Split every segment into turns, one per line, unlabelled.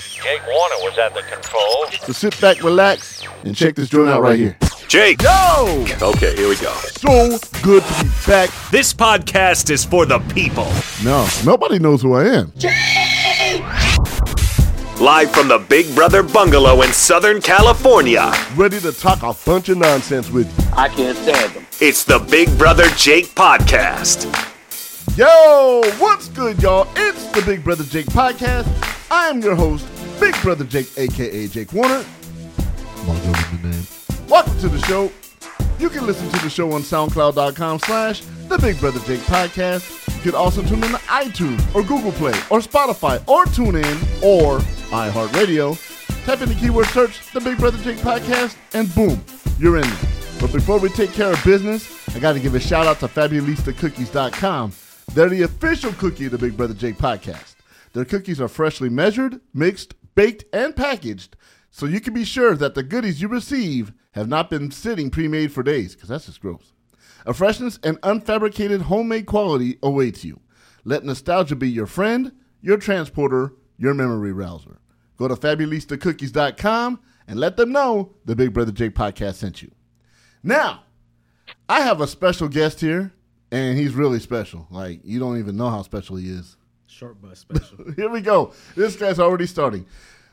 Jake Warner was at the controls.
So sit back, relax, and check this joint out right here.
Jake!
Yo!
Okay, here we go.
So good to be back.
This podcast is for the people.
No, nobody knows who I am.
Live from the Big Brother Bungalow in Southern California,
Ready to talk a bunch of nonsense with you.
I can't stand them.
it's the Big Brother Jake Podcast.
Yo, what's good, y'all? It's the Big Brother Jake podcast. I am your host, Big Brother Jake, aka Jake Warner. Welcome to the show. You can listen to the show on soundcloud.com slash the Big Brother Jake Podcast. You can also tune in to iTunes or Google Play or Spotify or TuneIn or iHeartRadio. Type in the keyword search the Big Brother Jake Podcast and boom, you're in there. But before we take care of business, I got to give a shout out to FabulistaCookies.com. They're the official cookie of the Big Brother Jake Podcast. Their cookies are freshly measured, mixed, baked, and packaged, so you can be sure that the goodies you receive have not been sitting pre made for days, because that's just gross. A freshness and unfabricated homemade quality awaits you. Let nostalgia be your friend, your transporter, your memory rouser. Go to FabulistaCookies.com and let them know the Big Brother Jake Podcast sent you. Now, I have a special guest here, and he's really special. Like, you don't even know how special he is.
Short bus special.
Here we go. This guy's already starting.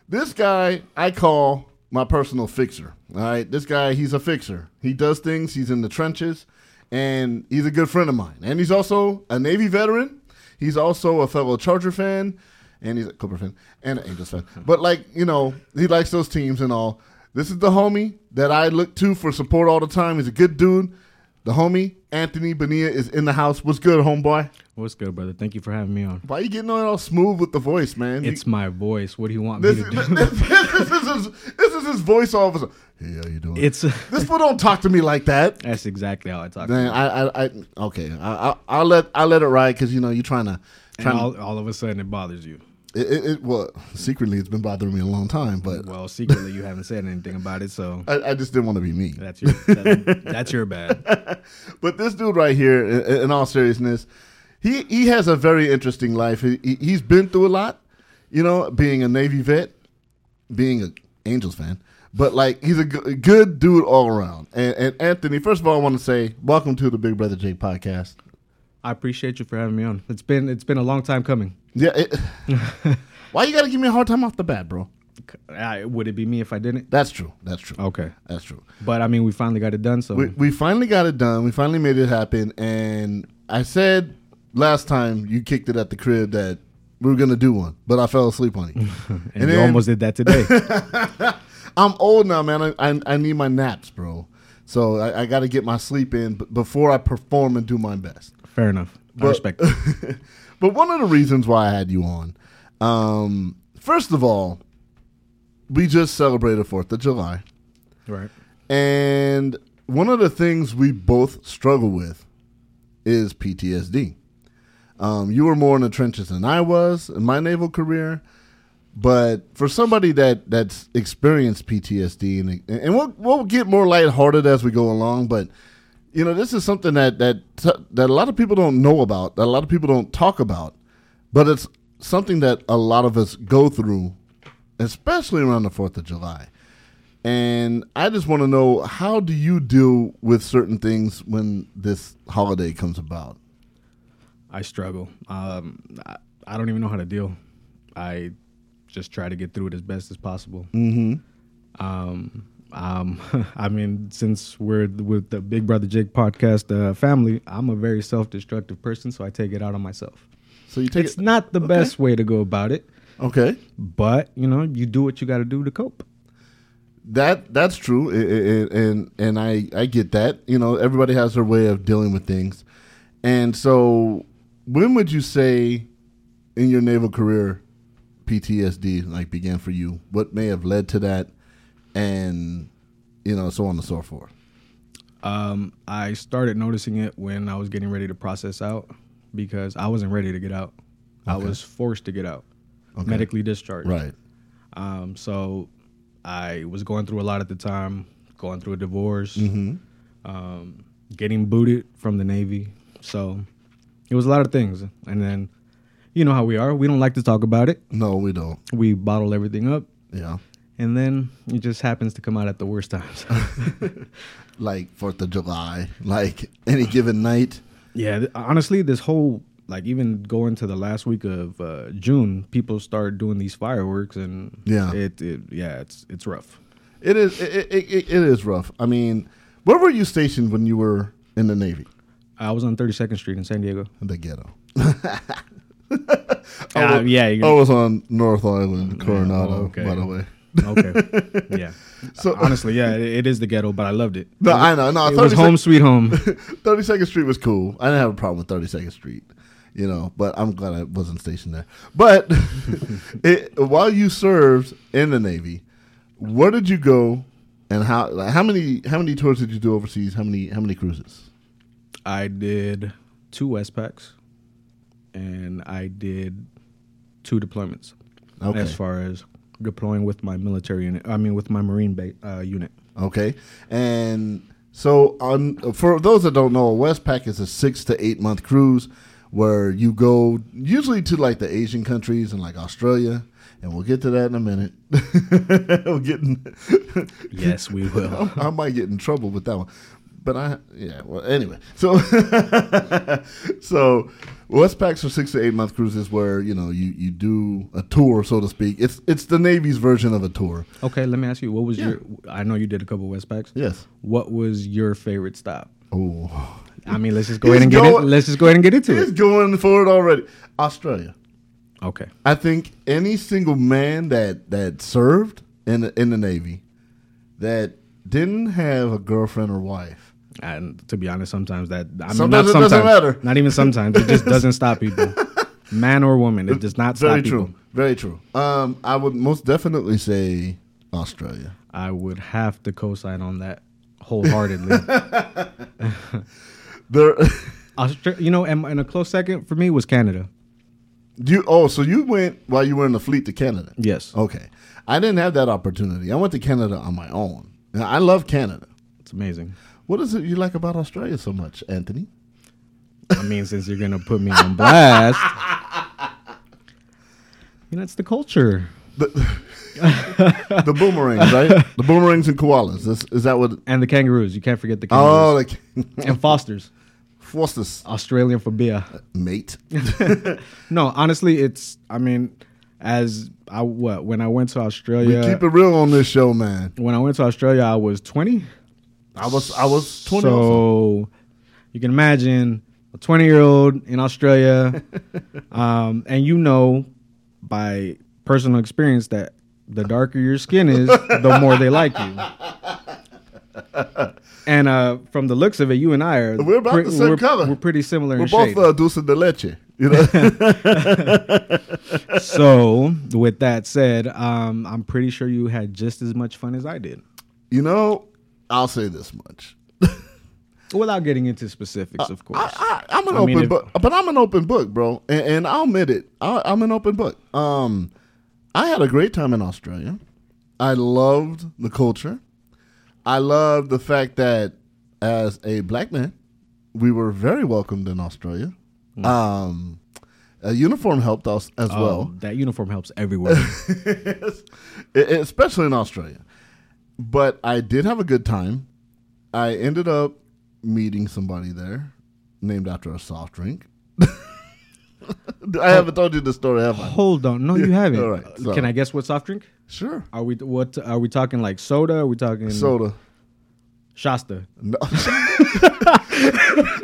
This guy I call my personal fixer. All right. This guy, he's a fixer. He does things, he's in the trenches, and he's a good friend of mine. And he's also a Navy veteran. He's also a fellow Charger fan, and he's a Clipper fan, and an Angels fan. But, like, you know, he likes those teams and all. This is the homie that I look to for support all the time. He's a good dude. The homie, Anthony Bonilla, is in the house. What's good, homeboy?
What's good, brother? Thank you for having me on.
Why you getting on all smooth with the voice, man? You-
It's my voice. What do you want me
This,
to
this,
do?
this, this, is his, this is his voice all of a sudden. Hey, how you doing?
It's
this fool don't talk to me like that.
that's exactly how I talk.
Man, I, I, I okay. I, I, I'll let I let it ride because you know you're trying to.
and all, all of a sudden, it bothers you.
It, it, it well secretly it's been bothering me a long time, but
Well, secretly, you haven't said anything about it, so
I, I just didn't want to be me.
that's your that, that's your bad.
But this dude right here, in, in all seriousness, he he has a very interesting life. He, he he's been through a lot, you know, being a Navy vet, being an Angels fan. But like he's a g- good dude all around. And, and Anthony, first of all, I want to say welcome to the Big Brother Jake podcast.
I appreciate you for having me on. It's been it's been a long time coming.
Yeah. It, why you gotta give me a hard time off the bat, bro?
I, would it be me if I didn't?
That's true. That's true.
Okay,
That's true.
but I mean, we finally got it done. So
We, we finally got it done. We finally made it happen. And I said last time you kicked it at the crib that we were gonna do one, but I fell asleep on it. and
and, you almost did that today.
I'm old now, man. I, I, I need my naps, bro. So I, I got to get my sleep in b- before I perform and do my best.
Fair enough. I respect. it.
But one of the reasons why I had you on, um, first of all, we just celebrated Fourth of July,
Right.
and one of the things we both struggle with is PTSD. Um, you were more in the trenches than I was in my naval career, but for somebody that that's experienced PTSD, and and we'll we'll get more lighthearted as we go along, but you know this is something that that that a lot of people don't know about, that a lot of people don't talk about, but it's something that a lot of us go through, especially around the Fourth of July. And I just want to know how do you deal with certain things when this holiday comes about?
I struggle. Um, I, I don't even know how to deal. I just try to get through it as best as possible. Mm-hmm. Um, um, I mean, since we're th- with the Big Brother Jake podcast uh, family, I'm a very self-destructive person, so I take it out on myself.
So you take
it's
it.
not the best way to go about it,
Okay,
but you know, you do what you got to do to cope.
that that's true, I- I- I- and and I I get that. You know, everybody has their way of dealing with things, and so when would you say in your naval career PTSD like began for you? What may have led to that, and you know, so on and so forth.
Um, I started noticing it when I was getting ready to process out because I wasn't ready to get out. I was forced to get out, medically discharged.
Right.
Um, so I was going through a lot at the time, going through a divorce, um, getting booted from the Navy. So it was a lot of things. And then you know how we are. We don't like to talk about it.
No, we don't.
We bottle everything up,
Yeah.
and then it just happens to come out at the worst times.
Like Fourth of July, like any given night.
yeah, th- honestly, this whole like even going to the last week of uh, June, people start doing these fireworks, and
Yeah.
it, it yeah, it's it's rough.
It is. It, it, it, it is rough. I mean, where were you stationed when you were in the Navy?
I was on 32nd Street in San Diego.
The ghetto.
Uh, yeah, you-
I was on North Island, Coronado.
Oh, okay.
By the way.
okay, yeah.
So-
So honestly, yeah, it, it is the ghetto, but I loved it.
No, I know. No,
it was
32nd
home sweet home.
32nd Street was cool. I didn't have a problem with 32nd Street, you know, but I'm glad I wasn't stationed there. But it, while you served in the Navy, where did you go and how like, how many how many tours did you do overseas? How many how many cruises?
I did two Westpacs, and I did two deployments.
Okay.
As far as deploying with my military unit, I mean with my Marine ba- uh, unit.
Okay. And so on for those that don't know, a Westpac is a 6 to 8 month cruise where you go usually to like the Asian countries and like Australia. And we'll get to that in a minute. we'll get in,
Yes, we will.
I might get in trouble with that one. But I, yeah, well, anyway. So, so Westpacs are six to eight month cruises where, you know, you, you do a tour, so to speak. It's it's the Navy's version of a tour.
okay, let me ask you, what was your? I know you did a couple Westpacs.
Yes.
What was your favorite stop?
Oh.
I mean, let's just go
He's
ahead and get
going-
it. Let's just go ahead and get into
He's
it.
going for it already. Australia.
Okay.
I think any single man that, that served in the, in the Navy that didn't have a girlfriend or wife.
And to be honest, sometimes that I mean,
Sometimes
not
it doesn't
sometimes,
matter.
Not even sometimes. It just doesn't stop people, man or woman. It does not stop
Very
people.
true. Very true. Um, I would most definitely say Australia.
I would have to co-sign on that wholeheartedly.
There,
Austra- you know, and, and a close second for me was Canada.
you oh, so you went while you were in the fleet to Canada?
Yes,
Okay, I didn't have that opportunity. I went to Canada on my own. Now, I love Canada.
it's amazing.
What is it you like about Australia so much, Anthony?
I mean, since you're gonna put me on blast, you know, it's the culture.
The boomerangs, right? The boomerangs and koalas. Is, is that what?
And the kangaroos. You can't forget the
Oh,
kangaroos.
like
and Foster's.
Foster's
Australian for beer.
mate.
No, honestly, it's I mean, as I what when I went to Australia
Keep it real on this show, man.
when I went to Australia I was twenty.
I was I was twenty.
so
also.
you can imagine a 20 year old in Australia, um, and you know by personal experience that the darker your skin is, the more they like you. And uh, from the looks of it, you and I are
We're about the same
we're,
color.
We're pretty similar
We're
in
both
shade.
uh, dulce de leche. You know, uh,
so, with that said, um, I'm pretty sure you had just as much fun as I did.
you know. I'll say this much.
Without getting into specifics, of course.
Uh, I, I, I'm an
I
open
mean, if-
book, but I'm an open book, bro, and, and I'll admit it. I, I'm an open book. Um, I had a great time in Australia. I loved the culture. I loved the fact that as a black man, we were very welcomed in Australia. Um, a uniform helped us as
Mm. Oh,
well
that uniform helps everywhere.
e- especially in Australia. But I did have a good time. I ended up meeting somebody there named after a soft drink. I haven't told you the story, have I?
Hold on, no, you haven't.
all right,
Uh,
sorry.
Can I guess what soft drink?
Sure.
Are we what? Are we talking like soda? Are we talking
Soda.
Shasta?
No.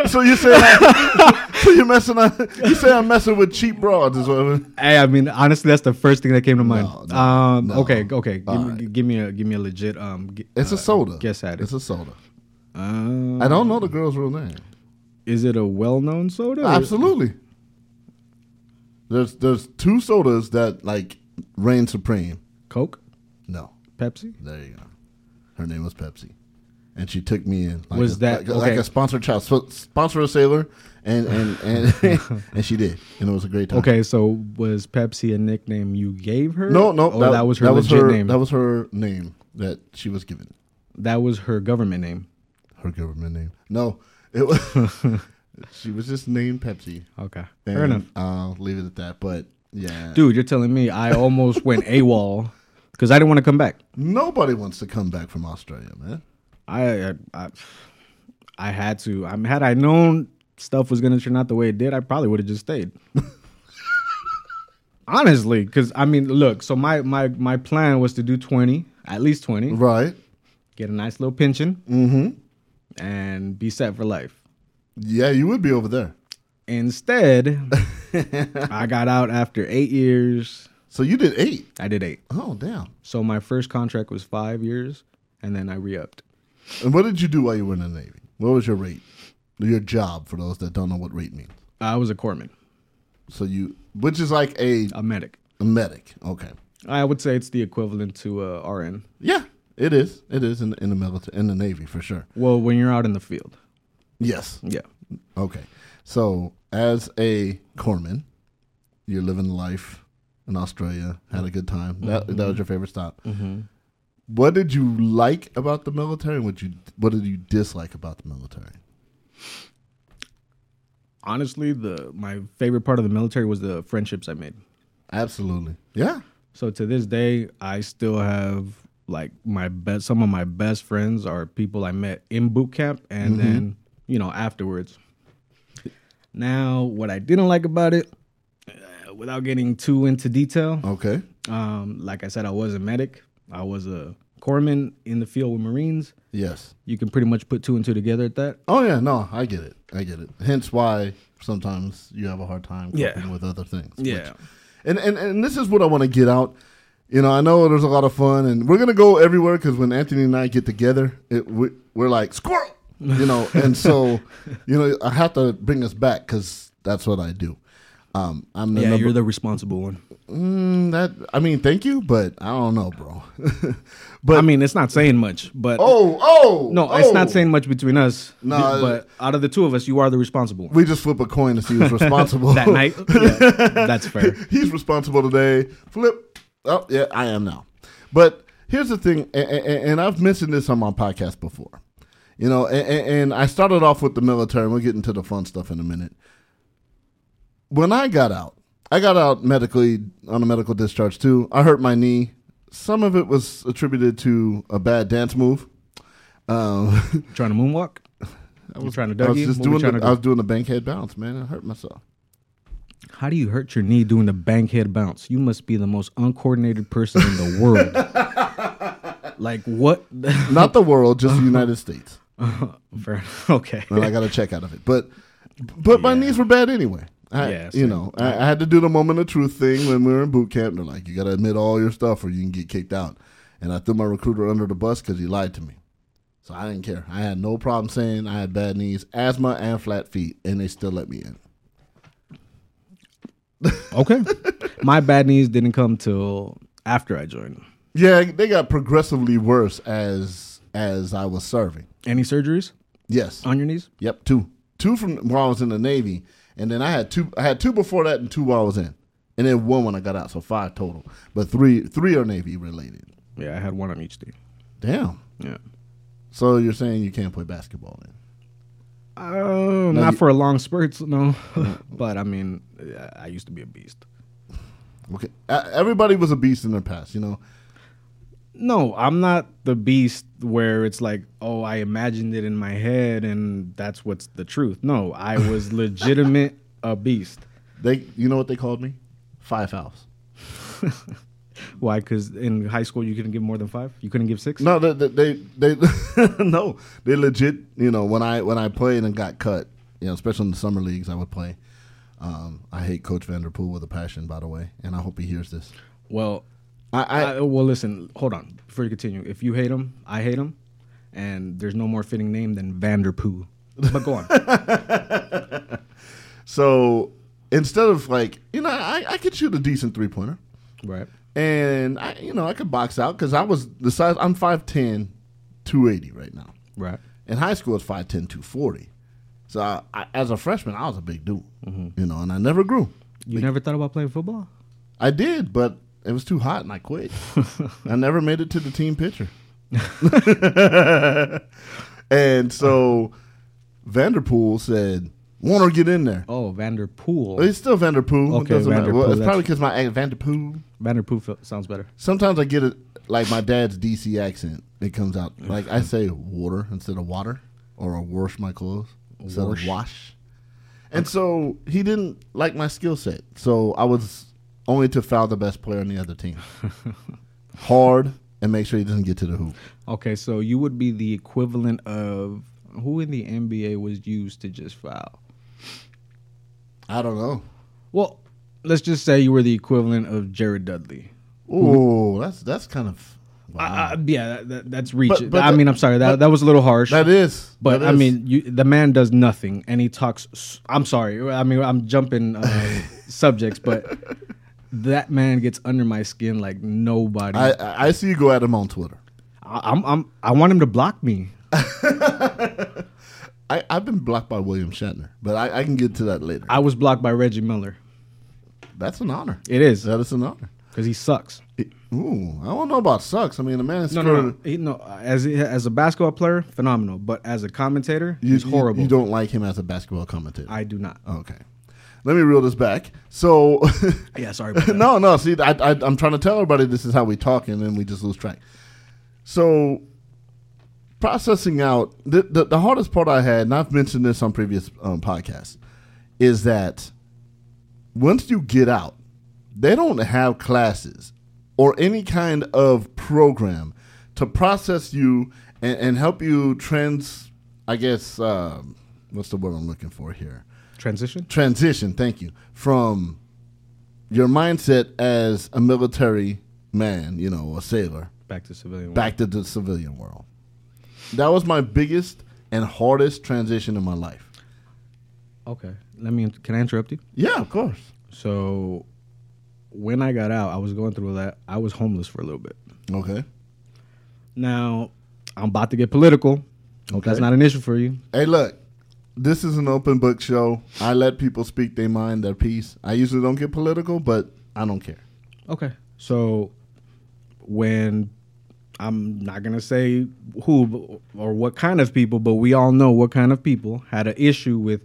so you say so you're messing up, you say I'm messing with cheap broads is what I mean.
Hey, I mean, honestly, that's the first thing that came to mind.
no,
um,
no.
okay, okay, give,
All
me, give me a give me a legit um. g-
It's a
uh,
soda.
Guess at
It's
it.
a soda.
Um,
I don't know the girl's real name.
is it a well-known soda? or-
Absolutely. There's there's two sodas that like reign supreme.
Coke,
No.
Pepsi.
There you go. Her name was Pepsi, and she took me in. Like
Was
a,
that-
like, a- like
okay.
a sponsored child, so, sponsor a sailor, and and and, and she did, and it was a great time.
Okay, so was Pepsi a nickname you gave her?
No, no,
or Oh, that, was her
That was
legit
her
name.
That was her name that she was given.
that was her government name.
Her government name. No, it was. She was just named Pepsi.
Okay.
And
Fair enough.
I'll leave it at that. But yeah,
Dude, you're telling me I almost went AWOL because I didn't want to come back.
nobody wants to come back from Australia, man.
I, I, I, I had to. I mean, had I known stuff was gonna turn out the way it did, I probably would have just stayed. Honestly, because I mean, look. So my my my plan was to do twenty, at least twenty,
Right?
get a nice little pension, mm-hmm. and be set for life.
Yeah, you would be over there.
Instead, I got out after eight years.
So you did eight.
I did eight.
Oh, damn.
So my first contract was five years, and then I re upped.
And what did you do while you were in the Navy? What was your rate? Your job, for those that don't know what rate means.
I was a corpsman,
So you, which is like a,
a medic.
a medic. Okay.
I would say it's the equivalent to a RN.
Yeah, it is. It is in, in the military, in the Navy for sure.
Well, when you're out in the field.
Yes.
Yeah.
Okay. So as a corpsman, you're living life in Australia. Had a good time. That
Mm-hmm.
that was your favorite stop. What did you like about the military? And what you what did you dislike about the military?
Honestly, the my favorite part of the military was the friendships I made.
Absolutely. Yeah.
So to this day, I still have like my best some of my best friends are people I met in boot camp and then, you know, afterwards. Now, what I didn't like about it, uh, without getting too into detail,
Okay.
um, like I said, I was a medic. I was a corpsman in the field with Marines.
Yes.
You can pretty much put two and two together at that.
Oh yeah. No, I get it. I get it. Hence why sometimes you have a hard time coping
Yeah.
with other things.
Yeah.
and and and this is what I want to get out. You know, I know there's a lot of fun, and we're gonna go everywhere because when Anthony and I get together, it we, we're like squirrel, you know. and so, you know, I have to bring us back because that's what I do. Um, I'm the
Yeah,
number
you're the responsible one.
mm, that. I mean, thank you, but I don't know, bro. but
I mean, it's not saying much, but
oh, oh,
no,
oh.
it's not saying much between us.
No,
but out of the two of us, you are the responsible one.
We just flip a coin to see who's responsible
That night, yeah, that's fair.
he's responsible today. Flip. Oh, yeah, I am now. But here's the thing, and, and I've mentioned this on my podcast before. You know, and, and I started off with the military, and we'll get into the fun stuff in a minute. When I got out, I got out medically on a medical discharge too. I hurt my knee. Some of it was attributed to a bad dance move. Um,
Trying to moonwalk. I was trying to
I
Dougie.
was just
What we
doing
trying
the,
to
I
do?
was doing the bankhead bounce, man. I hurt myself.
How do you hurt your knee doing the bank head bounce? You must be the most uncoordinated person in the world. like what?
Not the world, just the United States.
Fair- okay.
and I got a check out of it. But but my knees were bad anyway. I,
Yeah,
you
same.
know, I, I had to do the moment of truth thing when we were in boot camp. They're like, you got to admit all your stuff or you can get kicked out. And I threw my recruiter under the bus because he lied to me. So I didn't care. I had no problem saying I had bad knees, asthma, and flat feet, and they still let me in.
Okay. My bad knees didn't come till after I joined.
Yeah, they got progressively worse as as I was serving.
Any surgeries
Yes.
on your knees?
Yep, two. Two from when I was in the Navy, and then I had two. I had two before that, and two while I was in, and then one when I got out. So five total, but three three are Navy related.
Yeah, I had one on each knee.
Damn.
Yeah.
So you're saying you can't play basketball then?
Um, not for a long spurts, no. but I mean, I- I used to be a beast.
Okay. E- Everybody was a beast in their past, you know.
No, I'm not the beast where it's like, oh, I imagined it in my head and that's what's the truth. No, I was legitimate a beast.
They, you know what they called me? Five fouls.
Why? Because in high school you couldn't give more than five. You couldn't give six.
No, they, they, they, they no, they legit. You know, when I when I played and got cut, you know, especially in the summer leagues, I would play. Um, I hate Coach Vanderpool with a passion, by the way, and I hope he hears this.
Well,
I, I,
I, well, listen, hold on. Before you continue, if you hate him, I hate him, and there's no more fitting name than Vanderpoo. But go on.
So instead of like, you know, I, I could shoot a decent three pointer,
right.
and I, you know, I could box out because I was the size. I'm 5'10", 280 right now.
Right.
In high school, it's 5'10", 240. So I, I, as a freshman, I was a big dude, you know, and I never grew.
You never thought about playing football?
I did, but it was too hot, and I quit. I never made it to the team picture. and so Vanderpool said, Warner get in there.
Oh, Vanderpool.
It's still Vanderpool.
Okay,
it doesn't matter.
Vanderpool,
Well, it's
that's-
probably because my ac- Vanderpool.
Vanderpool fe- sounds better.
Sometimes I get it like my dad's DC accent. It comes out like I say water instead of water, or I wash my clothes instead
Wash.
of wash. And so he didn't like my skill set. So I was only to foul the best player on the other team, hard, and make sure he doesn't get to the hoop.
Okay, so you would be the equivalent of who in the NBA was used to just foul?
I don't know.
Well, let's just say you were the equivalent of Jared Dudley. Mm-hmm.
Ooh, that's that's kind of wow.
Uh, yeah, that, that, that's reaching.
but
I
the-
mean, I'm sorry that
but-
that was a little harsh.
that is.
But
that
I
is.
mean, you, the man does nothing, and he talks. s- I'm sorry. I mean, I'm jumping uh, subjects, but that man gets under my skin like nobody.
I
I,
I I see you go at him on Twitter.
I'm, I'm, I want him to block me.
I, I've been blocked by William Shatner, but I, I can get to that later.
I was blocked by Reggie Miller.
That's an honor.
It is
That is an honor.
because he sucks.
It- Ooh, I don't know about sucks. I mean, the man
No,
screwed.
no, no. He, no as as a basketball player, phenomenal. But as a commentator,
You,
he's
you-
horrible.
You, don't like him as a basketball commentator.
I do not.
okay, let me reel this back. So,
Yeah, sorry. About that.
no, no. See, I, I, I'm trying to tell everybody this is how we talk, and then we just lose track. So, processing out the the, the hardest part I had, and I've mentioned this on previous um, podcasts, is that once you get out, they don't have classes or any kind of program to process you and, and help you trans. I guess um, what's the word I'm looking for here?
Transition.
transition, thank you, from your mindset as a military man, you know, a sailor,
Back to civilian. world.
back to the civilian world. That was my biggest and hardest transition in my life.
Okay. Let me. Can I interrupt you?
Yeah, of course.
So, when I got out, I was going through that. I was homeless for a little bit.
Okay.
Now, I'm about to get political. Hope that's
Okay.
not an issue for you.
Hey, look, this is an open book show. I let people speak their mind, their piece. I usually don't get political, but I don't care.
Okay. So, when I'm not gonna say who b- or what kind of people, but we all know what kind of people had an issue with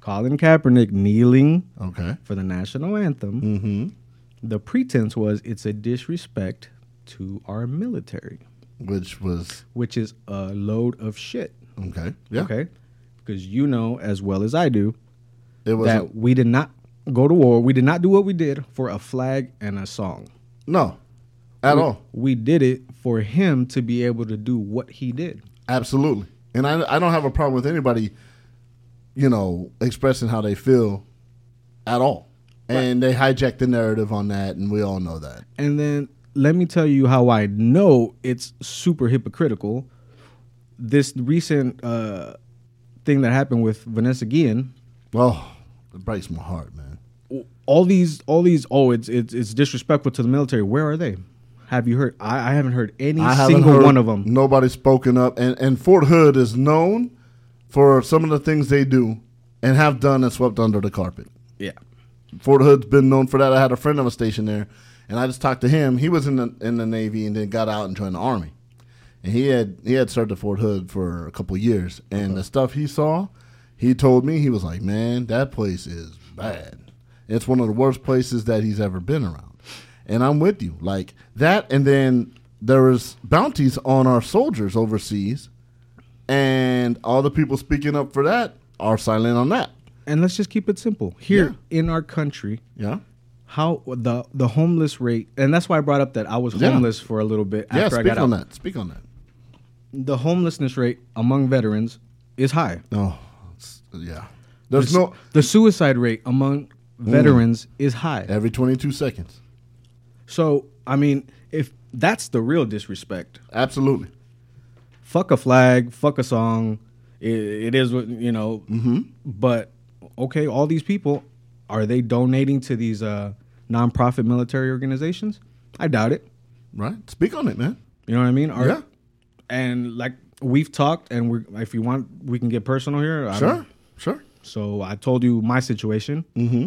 Colin Kaepernick kneeling
Okay.
for the national anthem. Mm-hmm. The pretense was it's a disrespect to our military,
Which was
which is a load of shit.
okay. Yeah.
Okay. Because you know as well as I do
It was
that we did not go to war. We did not do what we did for a flag and a song.
no, at all.
We did it for him to be able to do what he did.
Absolutely. And I, I don't have a problem with anybody, you know, expressing how they feel at all. And they hijack the narrative on that, and we all know that.
And then let me tell you how I know it's super hypocritical. This recent uh, thing that happened with Vanessa Guillen,
Well, Oh, it breaks my heart, man.
all these, all these, oh, it's it's, it's disrespectful to the military. Where are they? Have you heard? I, I haven't heard any
I haven't
single
heard
one of them.
Nobody's spoken up, and and Fort Hood is known for some of the things they do and have done and swept under the carpet.
Yeah.
Fort Hood's been known for that. I had a friend that was stationed there, and I just talked to him. He was in the in the Navy and then got out and joined the Army, and he had he had served at Fort Hood for a couple years. And the stuff he saw, he told me he was like, "Man, that place is bad. It's one of the worst places that he's ever been around." And I'm with you, like that. And then there was bounties on our soldiers overseas, and all the people speaking up for that are silent on that.
And let's just keep it simple. Here in our country,
Yeah.
how the the homeless rate and that's why i brought up that i was
Yeah.
homeless for a little bit
Yeah,
after i
speak
got
on
out
that. Speak on that.
the homelessness rate among veterans is high
Oh, it's, yeah. There's no
the suicide rate among
Mm.
veterans is high
every 22 seconds.
so i mean if that's the real disrespect
Absolutely.
fuck a flag fuck a song it, it is what you know
Mm-hmm.
but okay all these people are they donating to these uh nonprofit military organizations i doubt it
Right? Speak on it, man.
You know what I mean? Or-
Yeah.
And like we've talked, and we're if you want, we can get personal here. I don't-
Sure. Sure.
So I told you my situation. Mm-hmm.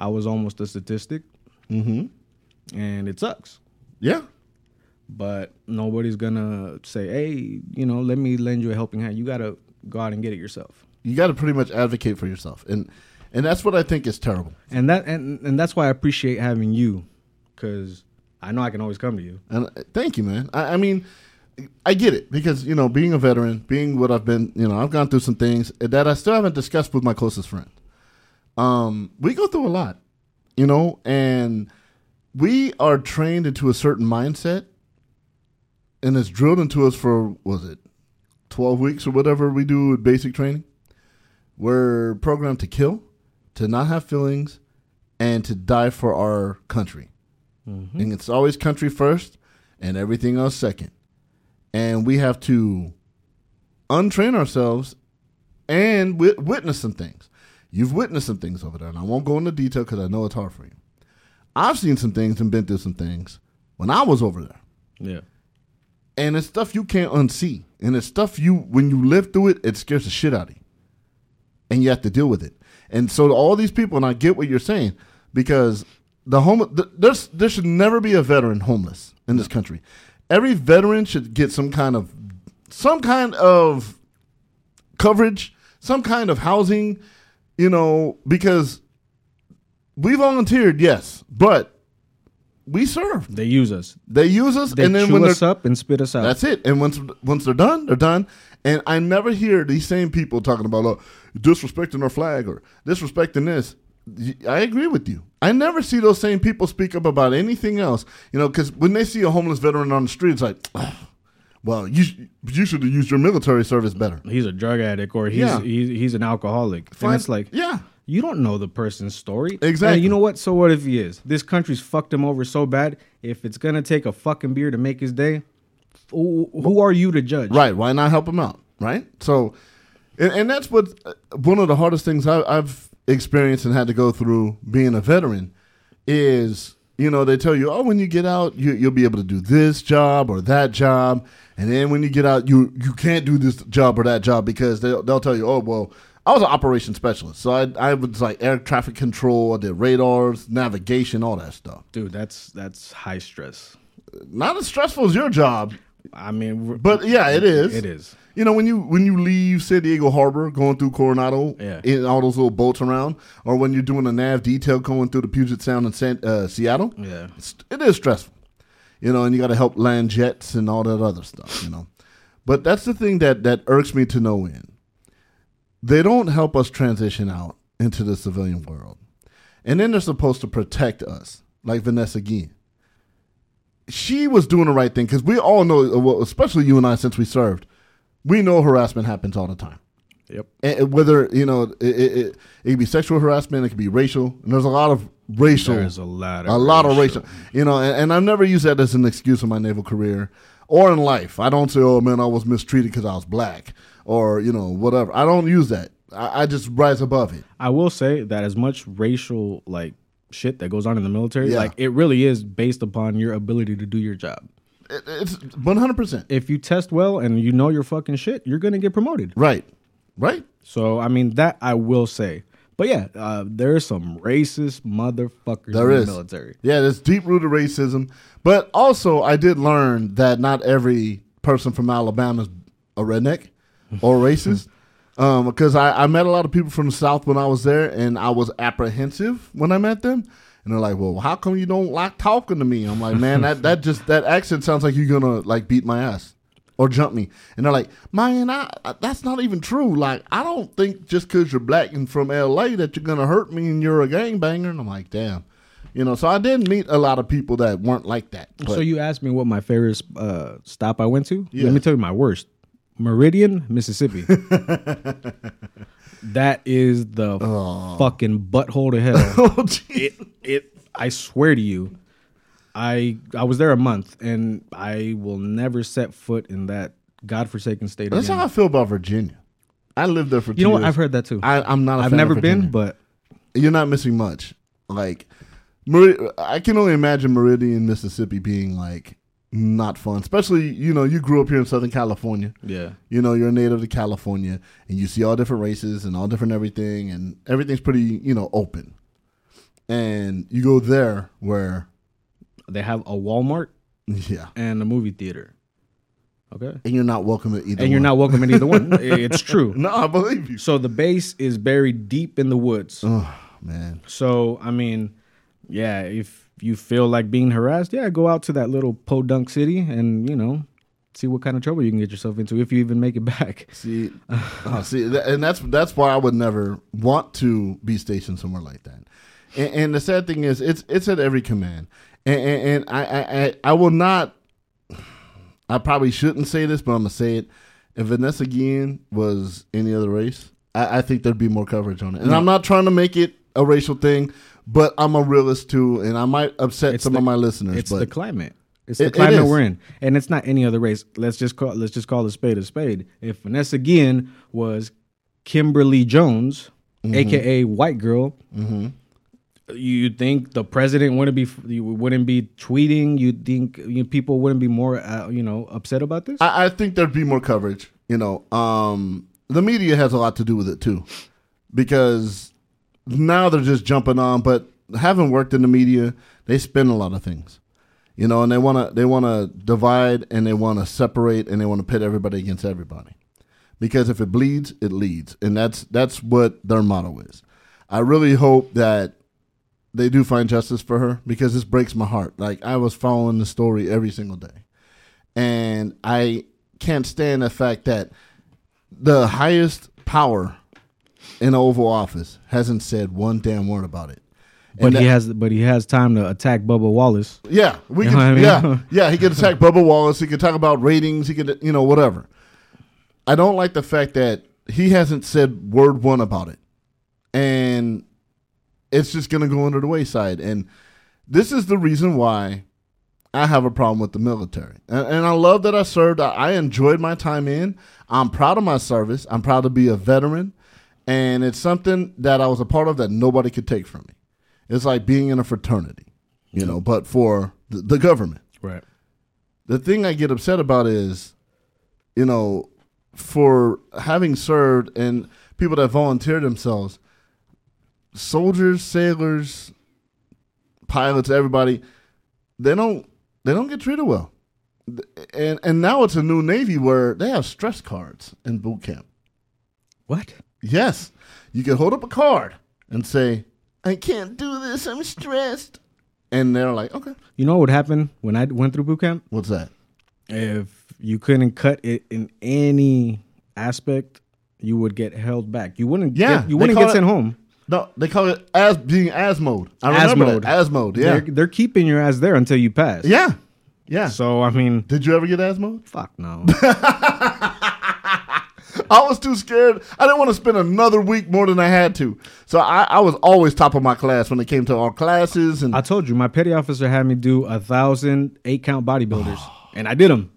I was almost a statistic. Mm-hmm. And it sucks,
Yeah.
but nobody's gonna say, "Hey, you know, let me lend you a helping hand." You gotta go out and get it yourself.
You got to pretty much advocate for yourself, and and that's what I think is terrible.
and that and and that's why I appreciate having you, because I know I can always come to you.
And uh, thank you, man. I, I mean, I get it because you know, being a veteran, being what I've been, you know, I've gone through some things that I still haven't discussed with my closest friend. Um, we go through a lot, you know, and we are trained into a certain mindset, and it's drilled into us for what was it twelve weeks or whatever we do with basic training. We're programmed to kill, to not have feelings, and to die for our country and it's always country first and everything else second. And we have to untrain ourselves and wit- witness some things. You've witnessed some things over there, and I won't go into detail because I know it's hard for you. I've seen some things and been through some things when I was over there.
Yeah.
And it's stuff you can't unsee. And it's stuff you, when you live through it, it scares the shit out of you. And you have to deal with it. And so to all these people, and I get what you're saying, because the home, th- there's, there should never be a veteran homeless in this country. Every veteran should get some kind of, some kind of coverage, some kind of housing, you know, because we volunteered, yes, but we served.
They use us.
They use us,
They
and then
chew
when they're
us up and spit us out.
that's it. And once once they're done, they're done. And I never hear these same people talking about oh, disrespecting our flag or disrespecting this. Y- I agree with you. I never see those same people speak up about anything else. You know, because when they see a homeless veteran on the street, it's like, well, you sh- you should have used your military service better.
he's a drug addict or he's
Yeah.
he's, he's an alcoholic.
Fine.
And it's like
yeah,
you don't know the person's story.
Exactly.
And you know what? So what if he is? This country's fucked him over so bad. If it's gonna take a fucking beer to make his day, who, who are you to judge?
Right. Why not help them out? Right. So, and, and that's what uh, one of the hardest things I, I've experienced and had to go through being a veteran is you know they tell you oh when you get out you, you'll be able to do this job or that job and then when you get out you you can't do this job or that job because they'll, they'll tell you oh well i was an operations specialist so i, I was like air traffic control i did radars navigation all that stuff
Dude, that's that's high stress.
not as stressful as your job
I mean, we're-
But yeah, it is.
It is.
You know when you when you leave San Diego Harbor, going through Coronado,
Yeah.
in all those little boats around, or when you're doing a nav detail going through the Puget Sound in San, uh, Seattle,
Yeah.
it's, it is stressful. You know, and you got to help land jets and all that other stuff. You know, but that's the thing that that irks me to no end. They don't help us transition out into the civilian world, and then they're supposed to protect us, like Vanessa Guillen she was doing the right thing because we all know, uh, well, especially you and I, since we served, we know harassment happens all the time.
Yep.
And- and whether you know, it, it, it, it could be sexual harassment, it could be racial, and there's a lot of racial,
There's a lot of
a lot of
racial.
racial. You know, and, and I've never used that as an excuse in my naval career or in life. I don't say, "Oh man, I was mistreated because I was black," or you know, whatever. I don't use that. I, I just rise above it.
I will say that as much racial like shit that goes on in the military,
Yeah.
like it really is based upon your ability to do your job.
it it's 100 percent
If you test well and you know your fucking shit, you're gonna get promoted.
right, right.
So I mean that I will say. But yeah, uh, there are some racist motherfuckers
There
in
is.
the military.
Yeah, there's deep rooted racism. But also, I did learn that not every person from Alabama is a redneck or racist. Um, because I, I met a lot of people from the South when I was there, and I was apprehensive when I met them. And they're like, "Well, how come you don't like talking to me?" I'm like, "Man, that, that just that accent sounds like you're gonna like beat my ass or jump me." And they're like, "Man, I, I that's not even true. Like, I don't think just because you're black and from L.A. that you're gonna hurt me and you're a gangbanger." And I'm like, "Damn." You know, so I didn't meet a lot of people that weren't like that. But
So you asked me what my favorite uh, stop I went to.
Yeah.
Let me tell you my worst. Meridian, Mississippi. that is the fucking butthole to hell.
oh, gee.
it, it. I swear to you, I I was there a month and I will never set foot in that godforsaken state
that's
again.
how I feel about Virginia. I lived there for two
you know what?
years.
I've heard that too.
I, I'm not. i
I've never been, but
you're not missing much. Like, Merid- I can only imagine Meridian, Mississippi, being like not fun. Especially, you know, you grew up here in Southern California.
yeah.
You know, you're a native to California, and you see all different races and all different everything, and everything's pretty, you know, open. And you go there where,
They have a Walmart
yeah,
and a movie theater. Okay.
and you're not welcome at either.
And you're
one.
not welcome in either one. I- It's true.
No, I believe you.
So the base is buried deep in the woods.
Oh man,
So I mean, yeah, if you feel like being harassed, yeah, go out to that little podunk city and you know, see what kind of trouble you can get yourself into if you even make it back.
see, oh, see, tha- and that's that's why I would never want to be stationed somewhere like that. And, and the sad thing is, it's it's at every command, and and, and I, I I I will not. I probably shouldn't say this, but I'm gonna say it. If Vanessa Guillen was any other race, I, I think there'd be more coverage on it. And I'm not trying to make it a racial thing, but I'm a realist too, and I might upset
It's
some
the-
of my listeners.
It's
but
the climate. It's the
It- it
climate
is.
we're in, and it's not any other race. Let's just call let's just call a spade a spade. If Vanessa Guillen was Kimberly Jones,
Mm-hmm.
aka white girl, you think the president wouldn't be you wouldn't be tweeting? You think you know, people wouldn't be more uh, you know upset about this?
I, I think there'd be more coverage. You know, um, the media has a lot to do with it too, because now they're just jumping on. But having worked in the media, they spin a lot of things. You know, and they want to they want to divide and they want to separate and they want to pit everybody against everybody, because if it bleeds, it leads, and that's that's what their motto is. I really hope that they do find justice for her because this breaks my heart. Like I was following the story every single day and I can't stand the fact that the highest power in the Oval Office hasn't said one damn word about it.
but
and
he
that-
has but he has time to attack Bubba Wallace.
Yeah, we
You
can.
know what I mean?
Yeah, yeah. He could attack Bubba Wallace. He could talk about ratings. He could, you know, whatever. I don't like the fact that he hasn't said word one about it, and it's just going to go under the wayside. And this is the reason why I have a problem with the military. And, and I love that I served. I, I enjoyed my time in. I'm proud of my service. I'm proud to be a veteran. And it's something that I was a part of that nobody could take from me. It's like being in a fraternity, you know, but for the, the government.
Right.
The thing I get upset about is, you know, for having served and people that volunteer themselves, soldiers, sailors, pilots, everybody, they don't they don't get treated well. Th- And and now it's a new navy where they have stress cards in boot camp.
What?
Yes, you can hold up a card and say, "I can't do this. I'm stressed," and they're like, "Okay,
You know what would happen when I went through boot camp?
what's that?"
If you couldn't cut it in any aspect, you would get held back. You wouldn't.
Yeah,
Get,
they
you wouldn't
call
get
it-
sent home.
No, they call it as being as mode. I remember
Asmode.
that. As mode. Yeah.
They're, they're keeping your ass there until you pass.
yeah. Yeah.
So I mean,
Did you ever get as mode?
fuck no.
I was too scared. I didn't want to spend another week more than I had to. So I, I was always top of my class when it came to our classes and
I told you my petty officer had me do a thousand eight count bodybuilders, and I did them.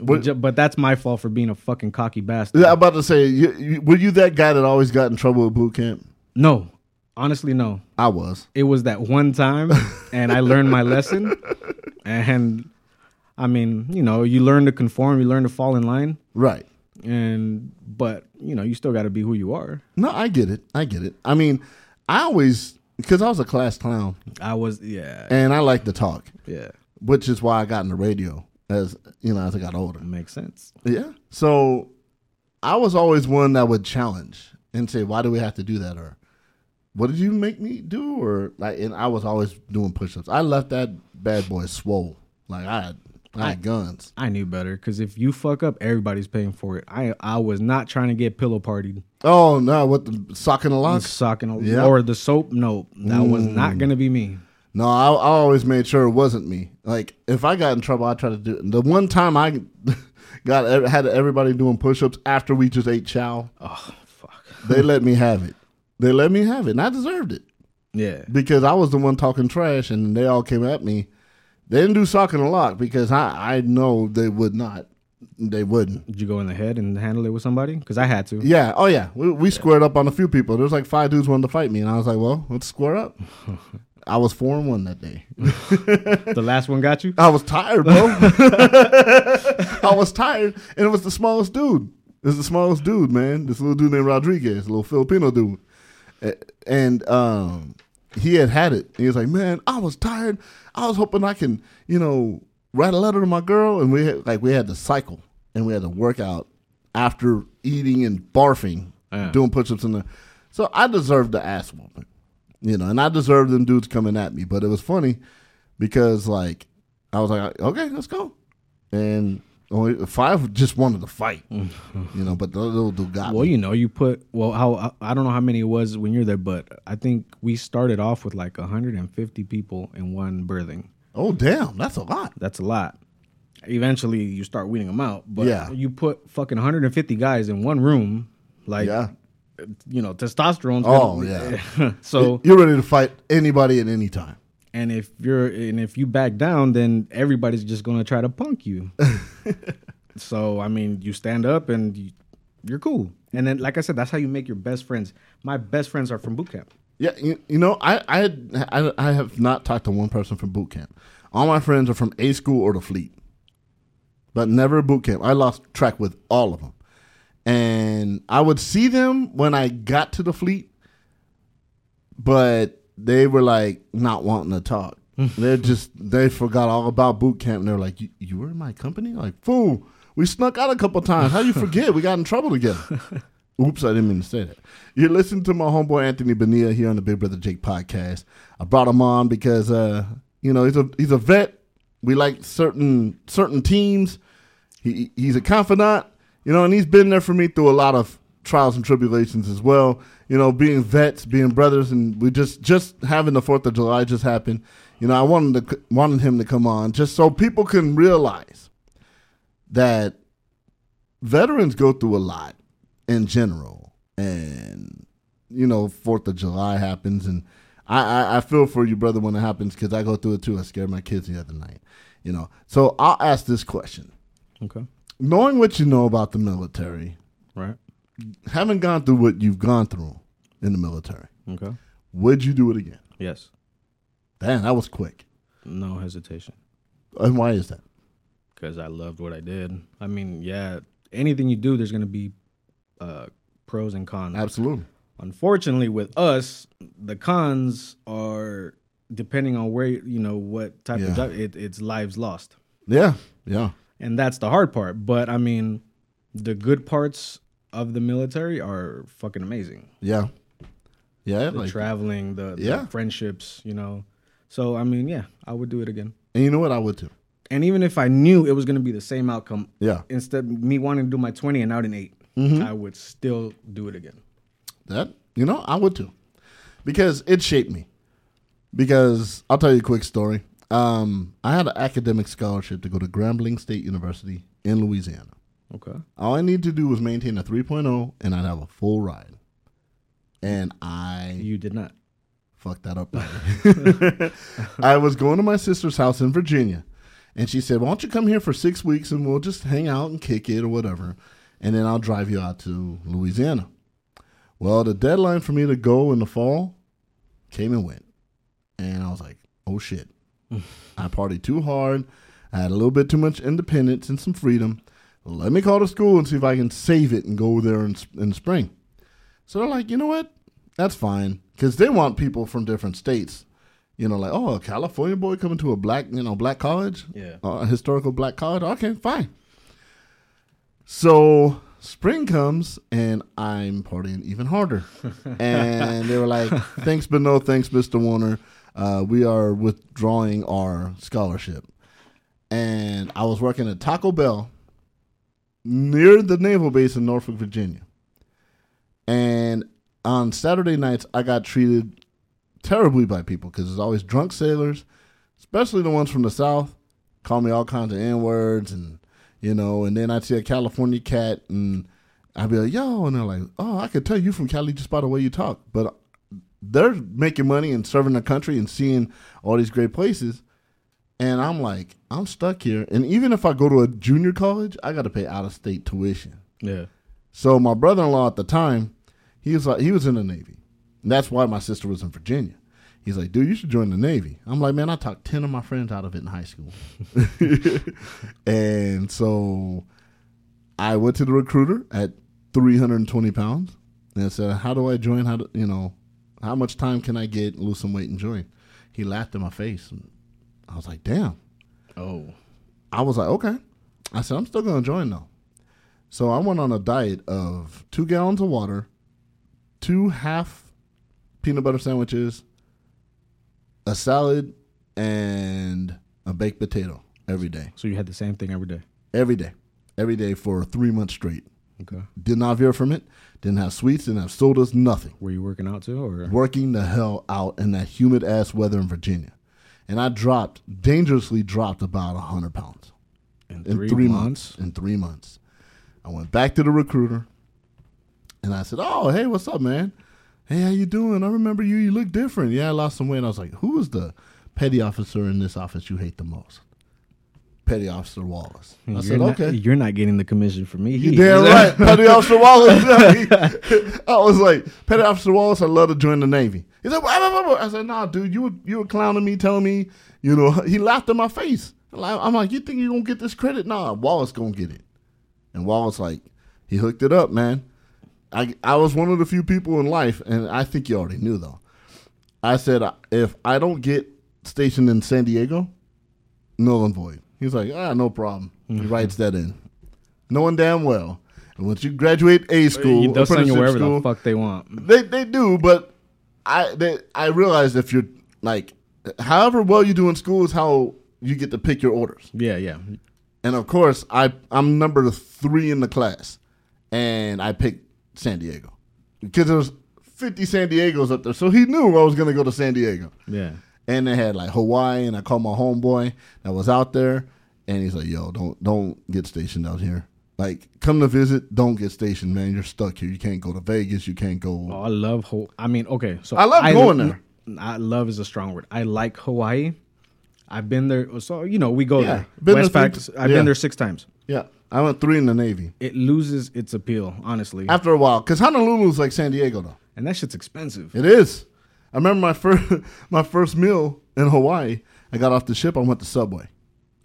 But, but that's my fault for being a fucking cocky bastard.
Yeah, I'm about to say, you, you, were you that guy that always got in trouble at boot camp?
No, honestly, no.
I was.
it was that one time and I learned my lesson. And I mean, you know, you learn to conform, you learn to fall in line.
Right.
And but, you know, you still gotta be who you are.
No, I get it. I get it. I mean, I always because I was a class clown
I was yeah.
and I like to talk,
Yeah.
which is why I got in the radio as you know as I got older.
Makes sense.
Yeah. So I was always one that would challenge and say, "Why do we have to do that?" Or "What did you make me do?" Or like, and I was always doing push-ups. I left that bad boy swole. Like I had, I had guns.
I knew better because if you fuck up, everybody's paying for it. I I was not trying to get pillow partied,
Oh no, with the sock in the locks.
sock and
Yeah. Mm.
or the soap. No, that was not gonna be me.
No, I, I always made sure it wasn't me. Like if I got in trouble, I tried to do it. The one time I got e, had everybody doing push-ups after we just ate chow,
Oh fuck.
they let me have it. They let me have it, and I deserved it
Yeah.
because I was the one talking trash, and they all came at me. They didn't do sock and a lock because I I know they would not. They wouldn't.
Did you go in the head and handle it with somebody? Because I had to.
Yeah. Oh yeah. We, we squared up on a few people. There's like five dudes wanted to fight me, and I was like, "Well, let's square up." I was four and one that day.
The last one got you?
I was tired, bro. I was tired, and it was the smallest dude. It was the smallest dude, man. This little dude named Rodriguez, a little Filipino dude, A- and um, he had had it. He was like, "Man, I was tired. I was hoping I can, you know, write a letter to my girl, and we had, like we had to cycle and we had to work out after eating and barfing,
Yeah.
doing push-ups in there. So I deserved the ass whooping, you know, and I deserved them dudes coming at me. But it was funny because like I was like, okay, let's go, and only five just wanted to fight, you know. But the little dude got
Well,
me.
you know, you put well how I- I don't know how many it was when you're there, but I think we started off with like 150 people in one birthing.
oh damn, that's a lot.
That's a lot. Eventually, you start weeding them out, but
Yeah.
you put fucking 150 guys in one room, like
Yeah.
you know, testosterone.
Oh, yeah.
so
You're ready to fight anybody at any time.
and if you're and if you back down, then everybody's just gonna try to punk you. so I mean, you stand up and you, you're cool. And then, like I said, that's how you make your best friends. My best friends are from boot camp.
Yeah, you, you know, I, I had- I I have not talked to one person from boot camp. All my friends are from A school or the fleet, but never boot camp. I lost track with all of them, and I would see them when I got to the fleet, but they were like not wanting to talk. They're just they forgot all about boot camp. And they're like, you, "You were in my company, like fool. We snuck out a couple times. How you forget? We got in trouble together." Oops, I didn't mean to say that. You're listening to my homeboy Anthony Bonilla here on the Big Brother Jake podcast. I brought him on because uh, you know he's a he's a vet. We like certain certain teams. He he's a confidant, you know, and he's been there for me through a lot of trials and tribulations as well. You know, being vets, being brothers, and we just just having the Fourth of July just happened. You know, I wanted to wanted him to come on just so people can realize that veterans go through a lot in general and you know fourth of july happens and I, I i feel for you brother when it happens because i go through it too i scared my kids the other night you know so i'll ask this question
Okay,
knowing what you know about the military
right?
having gone through what you've gone through in the military
Okay,
would you do it again
yes,
damn that was quick
no hesitation.
and why is that
because I loved what I did. I mean, yeah, anything you do, there's gonna be uh, pros and cons.
absolutely
Unfortunately, with us, the cons are depending on where you know what type
Yeah.
of job. It, it's lives lost,
yeah yeah
and that's the hard part. But I mean, the good parts of the military are fucking amazing.
yeah yeah
The
like-
traveling, the, the
Yeah.
friendships, you know. So I mean, yeah, I would do it again.
and you know what i would too
And even if I knew it was gonna be the same outcome,
yeah Mm-hmm.
instead me wanting to do my 20 and out in 8 i would still do it again
That you know, I would too, because it shaped me. Because I'll tell you a quick story. Um, I had an academic scholarship to go to Grambling State University in Louisiana.
okay
All I needed to do was maintain a 3.0, and I'd have a full ride. And I
you did not
fucked that up. I was going to my sister's house in Virginia, and she said, "Why don't you come here for six weeks, and we'll just hang out and kick it or whatever, and then I'll drive you out to Louisiana." Well, the deadline for me to go in the fall came and went. And I was like, oh shit. I partied too hard. I had a little bit too much independence and some freedom. Let me call the school and see if I can save it and go there in, in spring. So they're like, you know what? That's fine. Because they want people from different states. You know, like, oh, a California boy coming to a black, you know, black college?
Yeah.
Uh, a historical black college? Okay, fine. So spring comes and I'm partying even harder. and they were like, thanks, but no thanks, Mr. Warner. Uh, we are withdrawing our scholarship. And I was working at Taco Bell near the naval base in Norfolk, Virginia. And on Saturday nights, I got treated terribly by people because there's always drunk sailors, especially the ones from the South, call me all kinds of N words and you know, and then I'd see a California cat and I'd be like, yo, and they're like, Oh, I could tell you from Cali just by the way you talk. But they're making money and serving the country and seeing all these great places. And I'm like, I'm stuck here. And even if I go to a junior college, I gotta pay out of state tuition.
yeah
So my brother-in-law at the time, he was like, he was in the Navy. And that's why my sister was in Virginia. He's like, dude, you should join the Navy. I'm like, man, I talked ten of my friends out of it in high school. and so I went to the recruiter at 320 pounds and said, how do I join? How do you know? How much time can I get? Lose some weight and join. He laughed in my face. And I was like, damn.
oh
I was like, okay. I said, I'm still gonna join though. So I went on a diet of two gallons of water, two half peanut butter sandwiches, a salad, and a baked potato every day.
So you had the same thing every day.
Every day. Every day for three months straight.
Okay.
Did not veer from it. Didn't have sweets, didn't have sodas, nothing
Were you working out too, or
working the hell out in that humid ass weather in Virginia. And I dropped, dangerously dropped about 100 pounds
in
in three, months. In three months. I went back to the recruiter and I said, Oh, hey, what's up, man? Hey, how you doing? I remember you. You look different. Yeah, I lost some weight. And I was like, Who is the petty officer in this office you hate the most? Petty Officer Wallace. I
You're
said,
not,
Okay.
You're not getting the commission from me.
You damn right, Petty Officer Wallace. I was like, Petty Officer Wallace, I'd love to join the Navy. He said, "Wah, wah, wah, wah." I said, nah, dude, you were, you were clowning me, telling me, you know, he laughed in my face. Like, I'm like, you think you're going to get this credit? Nah, Wallace going to get it. And Wallace, like, he hooked it up, man. I, I was one of the few people in life, and I think you already knew, though. I said, if I don't get stationed in San Diego, null and void. He's like, ah, no problem.
Mm-hmm.
He writes that in, knowing damn well. And once you graduate A school,
They'll send you
apprenticeship
wherever
school,
the fuck they want.
they they do, but I they, I realized if you're like, however well you do in school is how you get to pick your orders.
Yeah, yeah.
And of course, I I'm number three in the class, and I picked San Diego because there was 50 San Diegos up there, so he knew I was gonna go to San Diego
Yeah.
and they had like Hawaii. And I called my homeboy that was out there, and he's like, "Yo, don't don't get stationed out here. Like, come to visit. Don't get stationed, man. You're stuck here. You can't go to Vegas. You can't go.
Oh, I love Hawaii. I mean, okay. So
I love going
l-
there.
n- I love is a strong word. I like Hawaii. I've been there. So you know, we go
Yeah,
there.
been
West
there
Pac,
three-
I've
yeah.
been there six times.
Yeah, I went three in the Navy
It loses its appeal, honestly,
after a while because Honolulu's like San Diego though.
and that shit's expensive.
It is. I remember my first my first meal in Hawaii. I got off the ship. I went to Subway,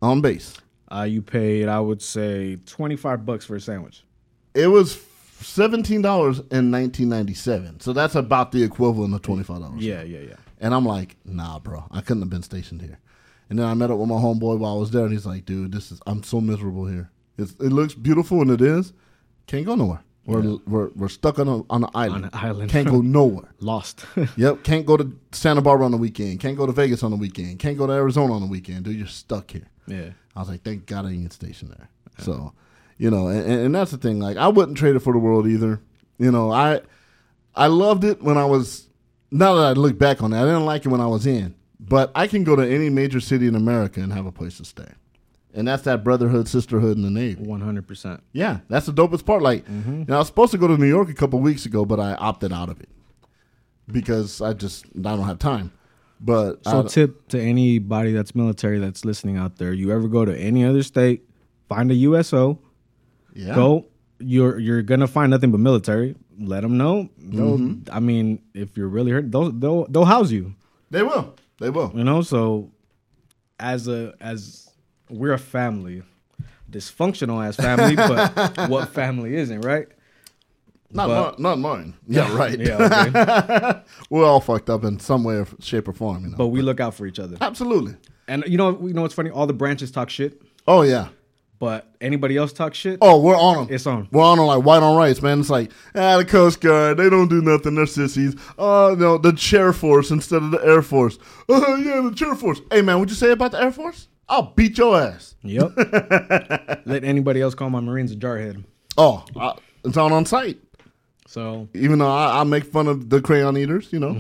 on base.
Uh, you paid, I would say, twenty five bucks for a sandwich.
It was seventeen dollars in nineteen ninety seven. So that's about the equivalent of twenty five dollars.
Yeah, yeah, yeah.
And I'm like, nah, bro, I couldn't have been stationed here. And then I met up with my homeboy while I was there, and he's like, dude, this is I'm so miserable here. It's, it looks beautiful, and it is. Can't go nowhere. We're we're, we're stuck on a, on an island.
an island.
Can't go nowhere.
Lost.
Yep. Can't go to Santa Barbara on the weekend. Can't go to Vegas on the weekend. Can't go to Arizona on the weekend. Dude, you're stuck here.
yeah.
I was like, thank God I didn't get stationed there. So, you know, and, and that's the thing. Like, I wouldn't trade it for the world either. You know, I I loved it when I was. Now that I look back on it, I didn't like it when I was in. But I can go to any major city in America and have a place to stay, and that's that brotherhood, sisterhood in the Navy.
One hundred percent.
Yeah, that's the dopest part. Like,
Mm-hmm.
you know, I was supposed to go to New York a couple weeks ago, but I opted out of it because I just I don't have time. But
So
I-
tip to anybody that's military that's listening out there, you ever go to any other state, find a USO,
yeah,
go. You're you're gonna find nothing but military. Let them know. They'll-
Mm-hmm.
I mean, if you're really hurt, they'll they'll they'll house you.
they will, they will.
You know. So as a as we're a family, dysfunctional as family, but what family isn't right?
Not
But-
mi- not mine. Yeah, right.
Yeah. Okay.
We're all fucked up in some way or shape or form, you know.
but we look out for each other.
Absolutely.
And you know you know what's funny? All the branches talk shit,
Oh yeah.
but anybody else talk shit?
Oh, we're on them.
It's on.
We're on them like white on rice, man. It's like ah, the Coast Guard. They don't do nothing. They're sissies. Oh no, the Chair Force instead of the Air Force. Oh yeah, the Chair Force. Hey man, what'd you say about the Air Force? I'll beat your ass.
Yep. Let anybody else call my Marines a jarhead.
Oh, I, it's on on site.
So
Even though I, I make fun of the crayon eaters, you know,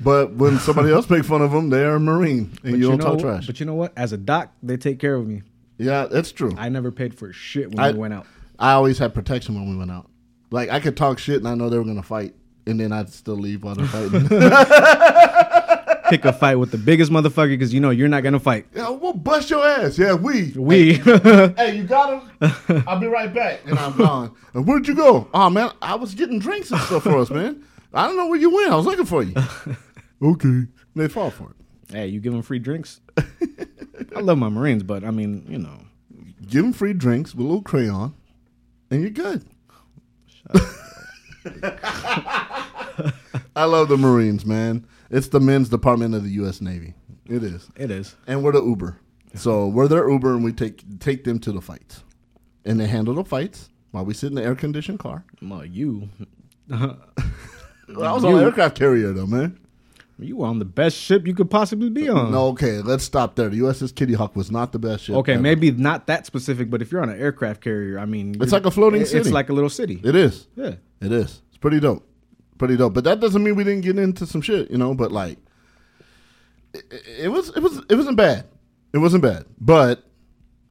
but when somebody else make fun of them, they are a Marine, and you, don't
know,
talk trash.
But you know what? As a doc, they take care of me.
yeah, that's true.
I never paid for shit when
I-
we went out.
I always had protection when we went out. Like I could talk shit and I know they were gonna fight, and then I'd still leave while they're fighting.
Pick a fight with the biggest motherfucker because you know you're not gonna fight.
yeah, we'll bust your ass. Yeah, we.
We
Hey, you got him. I'll be right back, and I'm gone. And where'd you go? Oh man, I was getting drinks and stuff for us, man. I don't know where you went. I was looking for you. okay, they fall for it.
hey, you give them free drinks. I love my Marines, but I mean, you know,
Give them free drinks with a little crayon, and you're good. I love the Marines, man. It's the men's department of the U.S. Navy. It is.
it is.
And we're the Uber. So we're their Uber and we take take them to the fights, and they handle the fights while we sit in the air conditioned car.
Well, you,
I was on an aircraft carrier though, man.
you were on the best ship you could possibly be on.
No, okay, let's stop there. The USS Kitty Hawk was not the best ship.
Okay,
ever.
maybe not that specific, but if you're on an aircraft carrier, I mean,
It's like a floating
it-
city.
It's like a little city.
it is.
yeah.
It is. It's pretty dope. Pretty dope. But that doesn't mean we didn't get into some shit, you know. But like, it, it was it was it wasn't bad. It wasn't bad. But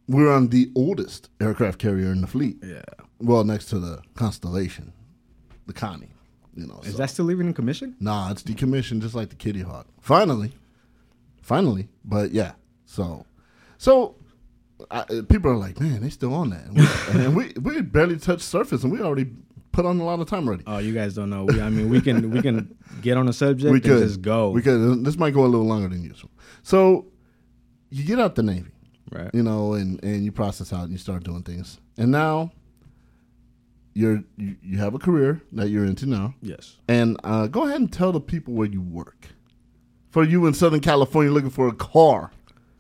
we were on the oldest aircraft carrier in the fleet.
Yeah.
Well, next to the Constellation, the Connie. You know.
Is
so-
that still even in commission?
Nah, it's decommissioned just like the Kitty Hawk. Finally, finally. But yeah, so, so I, uh, people are like, man, they still on that, and we, and we we barely touched surface, and we already put on a lot of time already.
Oh, you guys don't know. We, I mean, we can we can get on a subject
we
and
could
just go.
We could. This might go a little longer than usual. So, you get out the Navy,
Right.
you know, and and you process out and you start doing things, and now. You're, you you have a career that you're into now.
Yes.
and uh, go ahead and tell the people where you work. For you in Southern California looking for a car,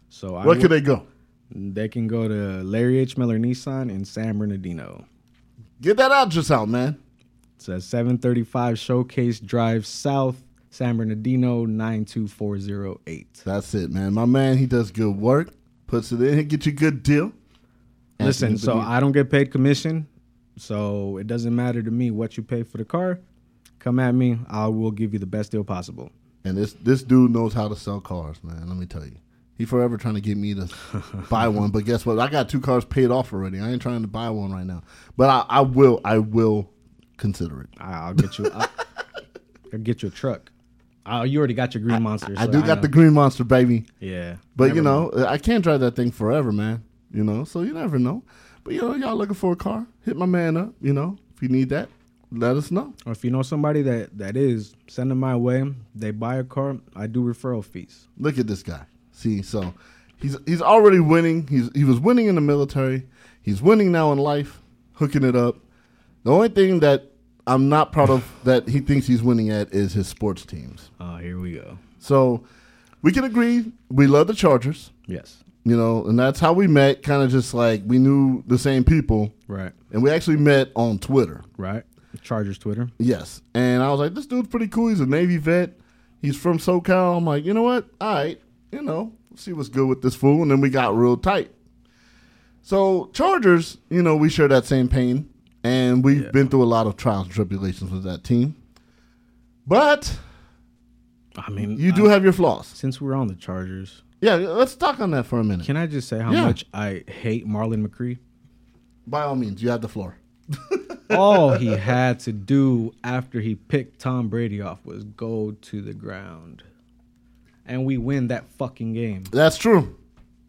So I
where
wo-
could they go?
They can go to Larry H. Miller Nissan in San Bernardino.
Get that address out, man.
It's at 735 Showcase Drive South, San Bernardino 92408.
That's it, man. My man, he does good work, puts it in, he get you a good deal.
Listen,
Anthony
so
Bourdain.
I don't get paid commission, so it doesn't matter to me what you pay for the car. Come at me, I will give you the best deal possible.
and this this dude knows how to sell cars, man. Let me tell you, he forever trying to get me to buy one. But guess what? I got two cars paid off already. I ain't trying to buy one right now, but I, I will. I will consider it.
I- I'll get you. I'll, I'll get you a truck. Uh, you already got your green monster.
I
so
do got
know.
the Green Monster, baby.
yeah.
But
Never
you
mind.
know, I can't drive that thing forever, man. You know, so you never know. But you know, y'all looking for a car? Hit my man up. You know, if you need that, let us know.
Or if you know somebody that that is, send them my way. They buy a car, I do referral fees.
Look at this guy. See, so he's he's already winning. He's he was winning in the military. He's winning now in life, hooking it up. The only thing that I'm not proud of that he thinks he's winning at is his sports teams.
Oh, here we go.
So we can agree we love the Chargers,
Yes.
you know, and that's how we met. Kind of just like we knew the same people,
Right.
and we actually met on Twitter.
Right. Chargers Twitter.
Yes. And I was like, this dude's pretty cool. He's a Navy vet. He's from SoCal. I'm like, you know what? All right. You know, see what's good with this fool. And then we got real tight. So, Chargers, you know, we share that same pain. And we've been through a lot of trials and tribulations with that team. But
I mean,
you
I-
do have your flaws.
Since we're on the Chargers,
Yeah, let's talk on that for a minute.
can I just say how
Yeah.
much I hate Marlon McCree?
By all means, you have the floor.
All he had to do after he picked Tom Brady off was go to the ground, and we win that fucking game.
That's true.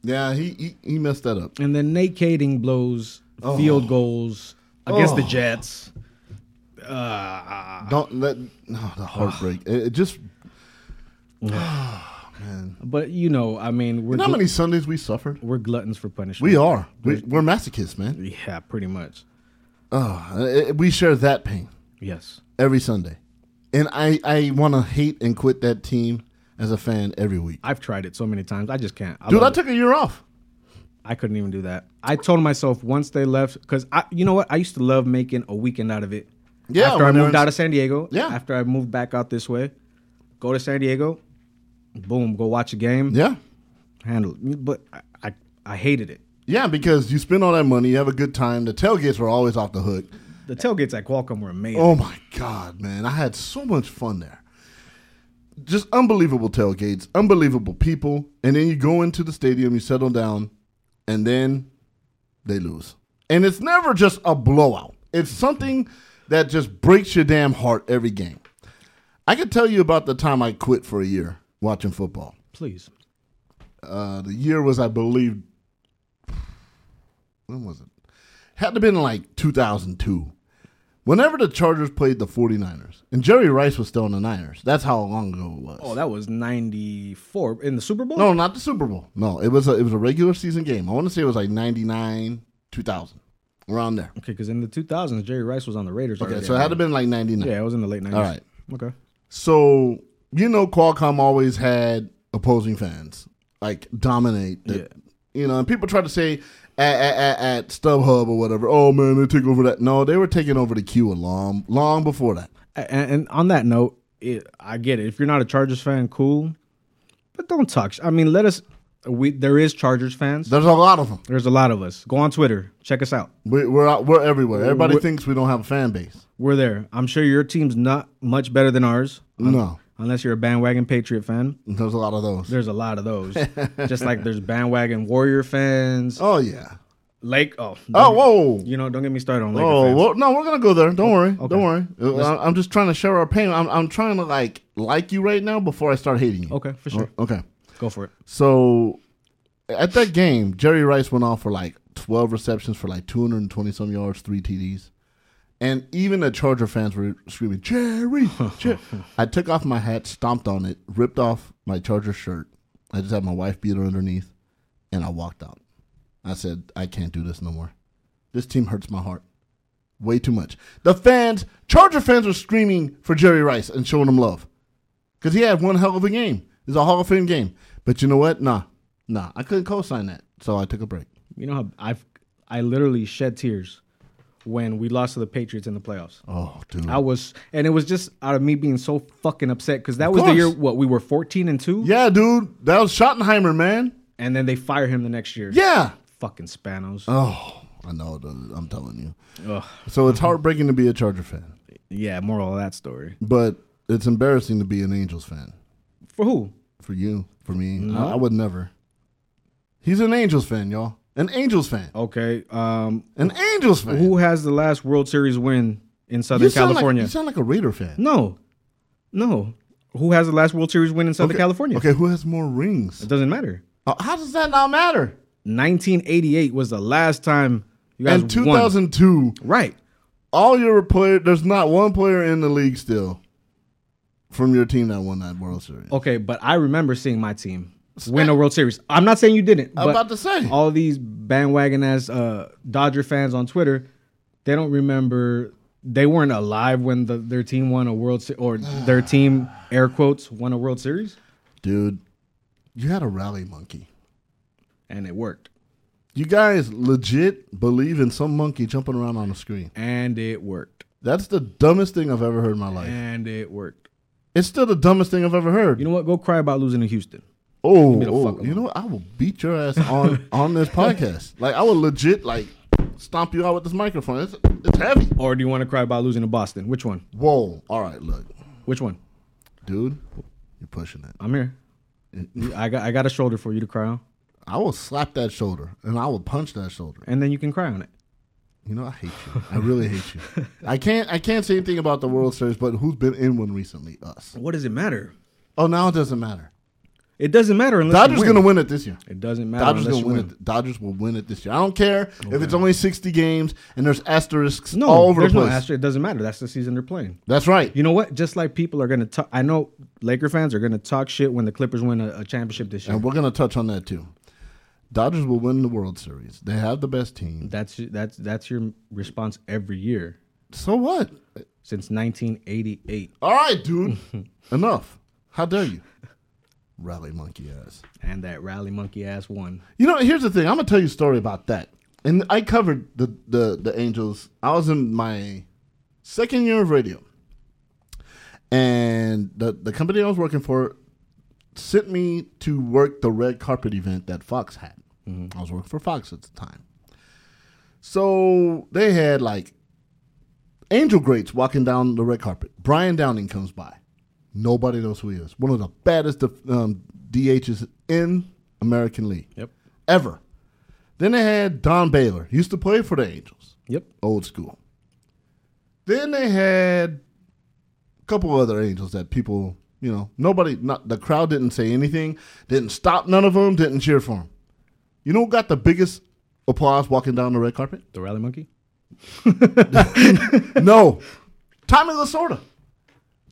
Yeah, he he, he messed that up.
And then Nate Kading blows field goals against the
Oh.
Jets.
Don't let no the heartbreak. It, it just
But you know, I mean, we're
you know how
gl-
many Sundays we suffered.
we're gluttons for punishment.
We are. We, we're masochists, man.
Yeah, pretty much.
Uh, We share that pain
Yes.
every Sunday. And I, I want to hate and quit that team as a fan every week.
I've tried it so many times. I just can't. I
Dude, I
love it.
took a year off.
I couldn't even do that. I told myself once they left, because I, you know what? I used to love making a weekend out of it.
Yeah,
After I
when they're
moved
in-
out of San Diego.
Yeah.
After I moved back out this way, go to San Diego, boom, go watch a game.
Yeah.
Handle it. But I, I, I hated it.
Yeah, because you spend all that money, you have a good time. The tailgates were always off the hook.
The tailgates at Qualcomm were amazing.
Oh my God, man. I had so much fun there. Just unbelievable tailgates, unbelievable people. And then you go into the stadium, you settle down, and then they lose. And it's never just a blowout, it's something that just breaks your damn heart every game. I can tell you about the time I quit for a year watching football.
Please.
Uh, the year was, I believe, when was it? Had to have been like 2002. Whenever the Chargers played the 49ers, and Jerry Rice was still in the Niners. That's how long ago it was.
Oh, that was 94 in the Super Bowl?
no, not the Super Bowl. No, it was a, it was a regular season game. I want to say it was like 99, 2000, around there.
Okay, because in the 2000s, Jerry Rice was on the Raiders.
Okay,
already,
so it
I
had to have
think.
been like 99.
Yeah, it was in the late 90s.
All right.
Okay.
So you know, Qualcomm always had opposing fans like dominate the, You know, and people try to say at, at, at, at StubHub or whatever, oh man, they take over that. No, they were taking over the queue a long, long before that.
And, and on that note, it, I get it. If you're not a Chargers fan, cool, but don't talk. sh- I mean, let us. We there is Chargers fans.
There's a lot of them.
There's a lot of us. Go on Twitter. Check us out.
We, we're out, we're everywhere. Everybody
We're-
thinks we don't have a fan base.
We're there. I'm sure your team's not much better than ours. un-
No.
Unless you're a bandwagon Patriot fan.
There's a lot of those.
There's a lot of those. Just like there's bandwagon Warrior fans.
Oh yeah.
Lake.
Oh
Oh. don't-
whoa.
You know, don't get me started on Laker
Oh
fans.
well, no, we're gonna go there. Don't worry, don't worry. I- I'm just trying to share our pain. I'm, I'm trying to like like you right now before I start hating you. Oh,
Okay, for sure.
Okay.
Go for it.
So at that game, Jerry Rice went off for like 12 receptions for like 220 some yards, three TDs. And even the Charger fans were screaming, Jerry! Jer-" I took off my hat, stomped on it, ripped off my Charger shirt. I just had my wife beat her underneath, and I walked out. I said, I can't do this no more. This team hurts my heart way too much. The fans, Charger fans, were screaming for Jerry Rice and showing him love because he had one hell of a game. It's a Hall of Fame game. But you know what? Nah, nah, I couldn't co-sign that, so I took a break.
You know how I've I literally shed tears when we lost to the Patriots in the playoffs.
Oh, dude.
I was, and it was just out of me being so fucking upset because that was the
course.
year what we were fourteen and two,
yeah, dude, that was Schottenheimer, man.
and then they fire him the next year.
Yeah.
fucking Spanos.
Oh, I know. dude, I'm telling you.
Ugh.
So it's heartbreaking to be a Charger fan,
Yeah, moral of that story.
but it's embarrassing to be an Angels fan.
For who?
For you, for me,
Mm-hmm.
I, I would never. He's an Angels fan, y'all. An Angels fan.
Okay. Um,
An Angels fan.
who has the last World Series win in Southern
you sound
California?
Like, you sound like a Raider fan.
no, no. Who has the last World Series win in Southern California?
Okay, who has more rings?
It doesn't matter.
Uh, How does that not matter?
1988 was the last time you
And
guys won.
2002,
Right.
all your player, there's not one player in the league still from your team that won that World Series.
Okay, but I remember seeing my team win a World Series. I'm not saying you didn't.
I'm
but
about to say.
all these bandwagon ass uh, Dodger fans on Twitter, they don't remember. They weren't alive when the, their team won a World Se- or their team air quotes won a World Series,
Dude, you had a rally monkey.
and it worked.
You guys legit believe in some monkey jumping around on the screen.
And it worked.
That's the dumbest thing I've ever heard in my life.
And it worked.
It's still the dumbest thing I've ever heard.
You know what? Go cry about losing to Houston.
oh,
the
oh,
fuck
you know what? I will beat your ass on on this podcast. Like I will legit like stomp you out with this microphone. It's it's heavy.
Or do you want to cry about losing to Boston? Which one?
Whoa. All right, look,
Which one?
dude, you're pushing it.
I'm here. You- I got I got a shoulder for you to cry on,
I will slap that shoulder and I will punch that shoulder.
and then you can cry on it.
You know, I hate you. I really hate you. I can't. I can't say anything about the World Series, but who's been in one recently? Us.
What does it matter?
Oh, now it doesn't matter.
It doesn't matter unless
Dodgers
you win.
gonna win it this year.
It doesn't matter
Dodgers
unless
gonna
you
win
win.
it. Dodgers will win it this year. I don't care if it's only sixty games and there's asterisks
No,
all over the
there's
place.
no asterisk. It doesn't matter. That's the season they're playing.
That's right.
You know what? Just like people are gonna talk. I know Laker fans are gonna talk shit when the Clippers win a, a championship this year.
And we're gonna touch on that too. Dodgers will win the World Series. They have the best team.
That's that's that's your response every year
So what?
since 1988,
All right, dude. Enough. How dare you? Rally monkey ass.
and that rally monkey ass won.
You know, here's the thing. I'm gonna tell you a story about that. And I covered the the the Angels. I was in my second year of radio, and the the company I was working for sent me to work the red carpet event that Fox had. I was working for Fox at the time, so they had like angel greats walking down the red carpet. Brian Downing comes by. Nobody knows who he is. One of the baddest um, DHs in American League
Yep.
ever. Then they had Don Baylor. He used to play for the Angels,
Yep.
old school. Then they had a couple other Angels that people, you know, nobody, not the crowd didn't say anything, didn't stop none of them, didn't cheer for him. You know who got the biggest applause walking down the red carpet?
The rally monkey.
no, Tommy Lasorda.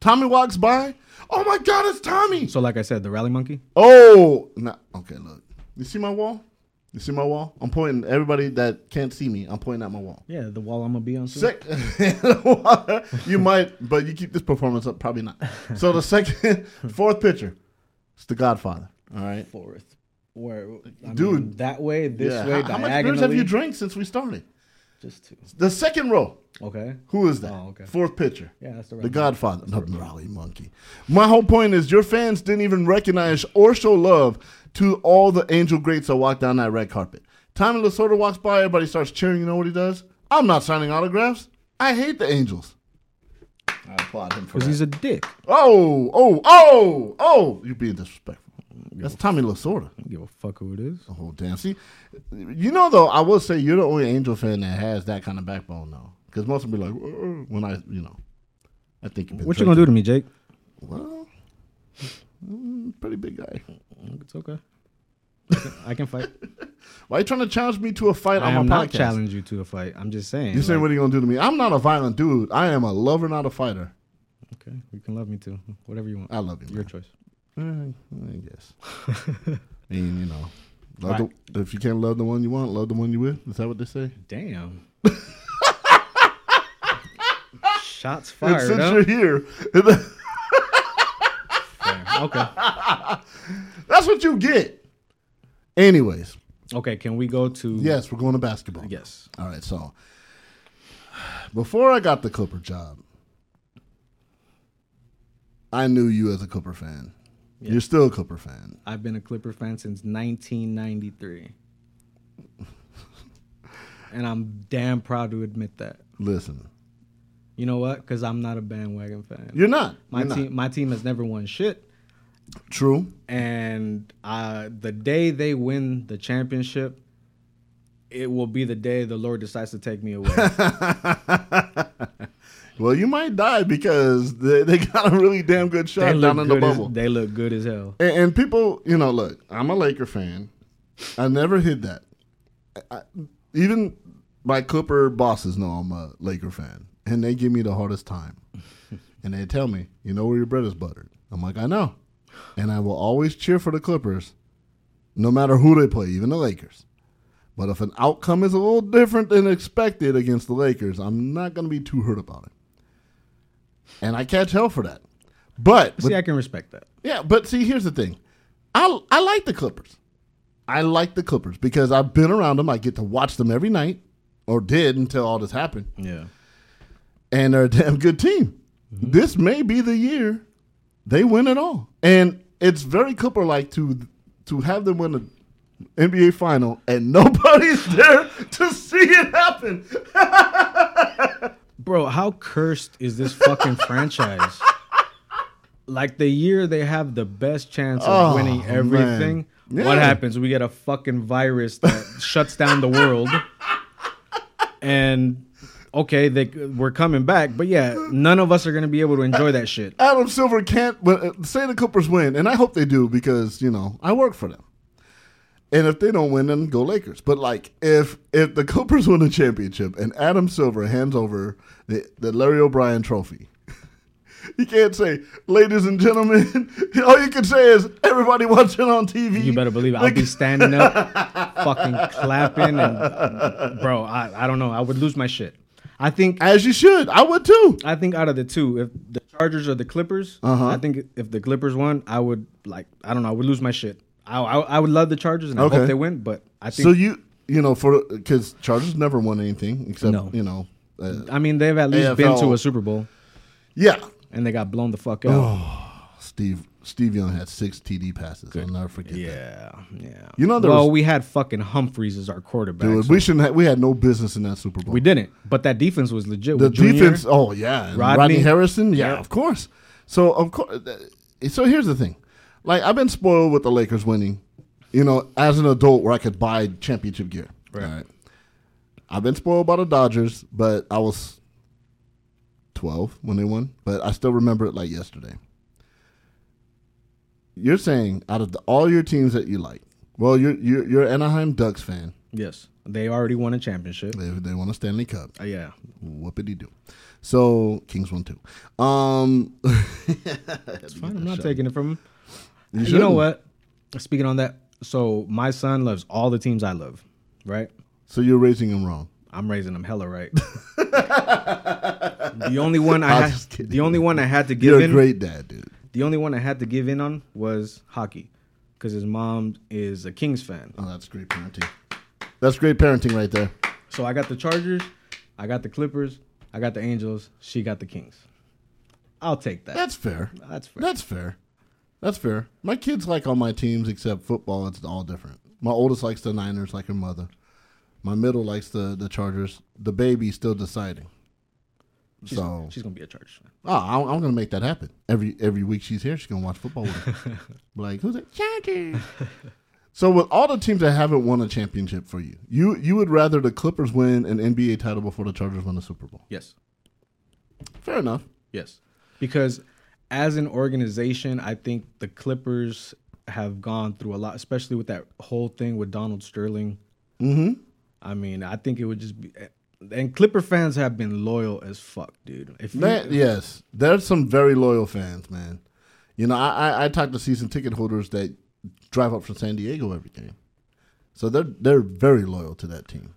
Tommy walks by. Oh my God, it's Tommy!
So like I said, the rally monkey.
Oh, no. Okay, look. You see my wall? You see my wall? I'm pointing. Everybody that can't see me, I'm pointing at my wall.
Yeah, the wall I'm gonna be on. Soon.
Sec- you might, but you keep this performance up, probably not. So the second, fourth picture, it's the Godfather. All right.
Fourth
where, I
Dude.
mean, that way, this
Yeah.
way,
How, how much beers have
diagonally.
you drank since we started?
Just two.
The second row.
Okay.
Who is that?
Oh, okay.
Fourth pitcher.
Yeah, that's the right
The
one.
Godfather. Not Raleigh Monkey. My whole point is your fans didn't even recognize or show love to all the angel greats that walked down that red carpet. Tommy Lasorda walks by, everybody starts cheering. You know what he does? I'm not signing autographs. I hate the Angels. I applaud him for
Because
that.
he's a dick. I
oh, oh, oh, oh. You're being disrespectful. That's Tommy Lasorda.
don't give a fuck who it is.
The whole damn. See, you know though, I will say you're the only Angel fan that has that kind of backbone though, because most will be like, "Uh-uh," when I, you know, I think you've been
What you gonna do to me, Jake?
do? Well, mm, pretty big guy.
It's okay. I can- I can fight.
Why you trying to challenge me to a fight
I
on
am
my
not
podcast?
challenge you to a fight. I'm just saying.
you saying
like,
what are you gonna do to me? I'm not a violent dude. I am a lover, not a fighter.
okay, you can love me too. Whatever you want.
I love you.
Your
man.
choice.
Eh, I guess. and you know, love the, if you can't love the one you want, love the one you with. Is that what they say?
Damn. Shots
And
fired.
since
huh?
you're here,
Fair. Okay.
that's what you get. Anyways,
Okay. Can we go to?
yes, we're going to basketball.
Yes.
All right, so before I got the Clipper job, I knew you as a Clipper fan. You're still a Clipper fan.
I've been a Clipper fan since 1993, and I'm damn proud to admit that.
Listen,
You know what? Because I'm not a bandwagon fan.
you're not.
my
You're not.
team. My team has never won shit.
True.
and uh, the day they win the championship, it will be the day the Lord decides to take me away.
Well, you might die because they, they got a really damn good
they,
shot
look
down in the
good as,
bubble.
they look good as hell.
And, and people, you know, look, I'm a Laker fan. I never hid that. I, I- even my Clipper bosses know I'm a Laker fan, and they give me the hardest time. And they tell me, you know where your bread is buttered. I'm like, I know. And I will always cheer for the Clippers, no matter who they play, even the Lakers. But if an outcome is a little different than expected against the Lakers, I'm not going to be too hurt about it. And I catch hell for that. But
See, I can respect that.
yeah, but see, here's the thing. I I like the Clippers. I like the Clippers because I've been around them. I get to watch them every night, or did until all this happened.
Yeah.
And they're a damn good team. This may be the year they win it all, and it's very Clipper like to to have them win the NBA final and nobody's there to see it happen.
Bro, how cursed is this fucking franchise? Like the year they have the best chance of
Oh,
winning everything,
man.
what
Yeah.
happens? We get a fucking virus that shuts down the world. And okay, they we're coming back, but yeah, none of us are gonna be able to enjoy that shit.
Adam Silver can't but, uh, say the Clippers win, and I hope they do because you know I work for them. And if they don't win, then go Lakers. But like if if the Clippers win the championship and Adam Silver hands over the, the Larry O'Brien Trophy, he can't say, "Ladies and gentlemen." All you can say is, "Everybody watching on TV."
You better believe it. I'll be standing up, fucking clapping, and bro, I, I don't know. I would lose my shit. I think
as you should. I would too.
I think out of the two, if the Chargers or the Clippers,
Uh-huh.
I think if the Clippers won, I would like I don't know. I would lose my shit. I I, I would love the Chargers and I
Okay.
hope they win, but I think
So you you know for because Chargers never won anything except
No.
you know uh,
I mean they've at least been to
AFL.
a Super Bowl
yeah
and they got blown the
Oh.
fuck out.
Steve Steve Young had six TD passes. I'll never forget that.
yeah, yeah.
You know there
well
was-
we had fucking Humphreys as our quarterback.
Dude,
so
we shouldn't. Have, we had no business in that Super Bowl.
we didn't, but that defense was legit.
The
with Junior.
defense. Oh yeah, and Rodney,
Rodney.
Harrison. Yeah,
Yeah.
of course. So of course. So here's the thing. Like I've been spoiled with the Lakers winning. You know, as an adult, where I could buy championship gear. Right. I've been spoiled by the Dodgers, but I was twelve when they won. But I still remember it like yesterday. You're saying out of the, all your teams that you like, well, you're you're, you're an Anaheim Ducks fan.
Yes, they already won a championship.
They, they won a Stanley Cup.
Uh, yeah,
Whoopity doo. So Kings won two. Um,
it's fine. I'm not taking it from him. You, know
shouldn't.
what? Speaking on that, so my son loves all the teams I love, right?
so you're raising him wrong.
I'm raising him hella right. the only one I
I'm
had,
just kidding.
the only one I had to give
You're a
in
great dad, dude.
the only one I had to give in on was hockey. because his mom is a Kings fan.
Oh, that's great parenting. That's great parenting right there.
So I got the Chargers, I got the Clippers, I got the Angels, she got the Kings. I'll take that.
That's fair.
That's fair.
That's fair. That's fair. My kids like all my teams except football. It's all different. My oldest likes the Niners, like her mother. My middle likes the the Chargers. The baby's still deciding.
she's,
so
she's gonna be a Chargers fan.
Oh, I'm, I'm gonna make that happen. Every every week she's here, she's gonna watch football with me. Be like who's that? Chargers. so with all the teams that haven't won a championship for you, you you would rather the Clippers win an NBA title before the Chargers win the Super Bowl.
Yes.
Fair enough.
Yes. Because as an organization, I think the Clippers have gone through a lot, especially with that whole thing with Donald Sterling.
Mm-hmm.
I mean, I think it would just be. And Clipper fans have been loyal as fuck, dude. If you,
Man, yes, there's some very loyal fans, man. You know, I, I I talk to season ticket holders that drive up from San Diego every game, so they're they're very loyal to that team.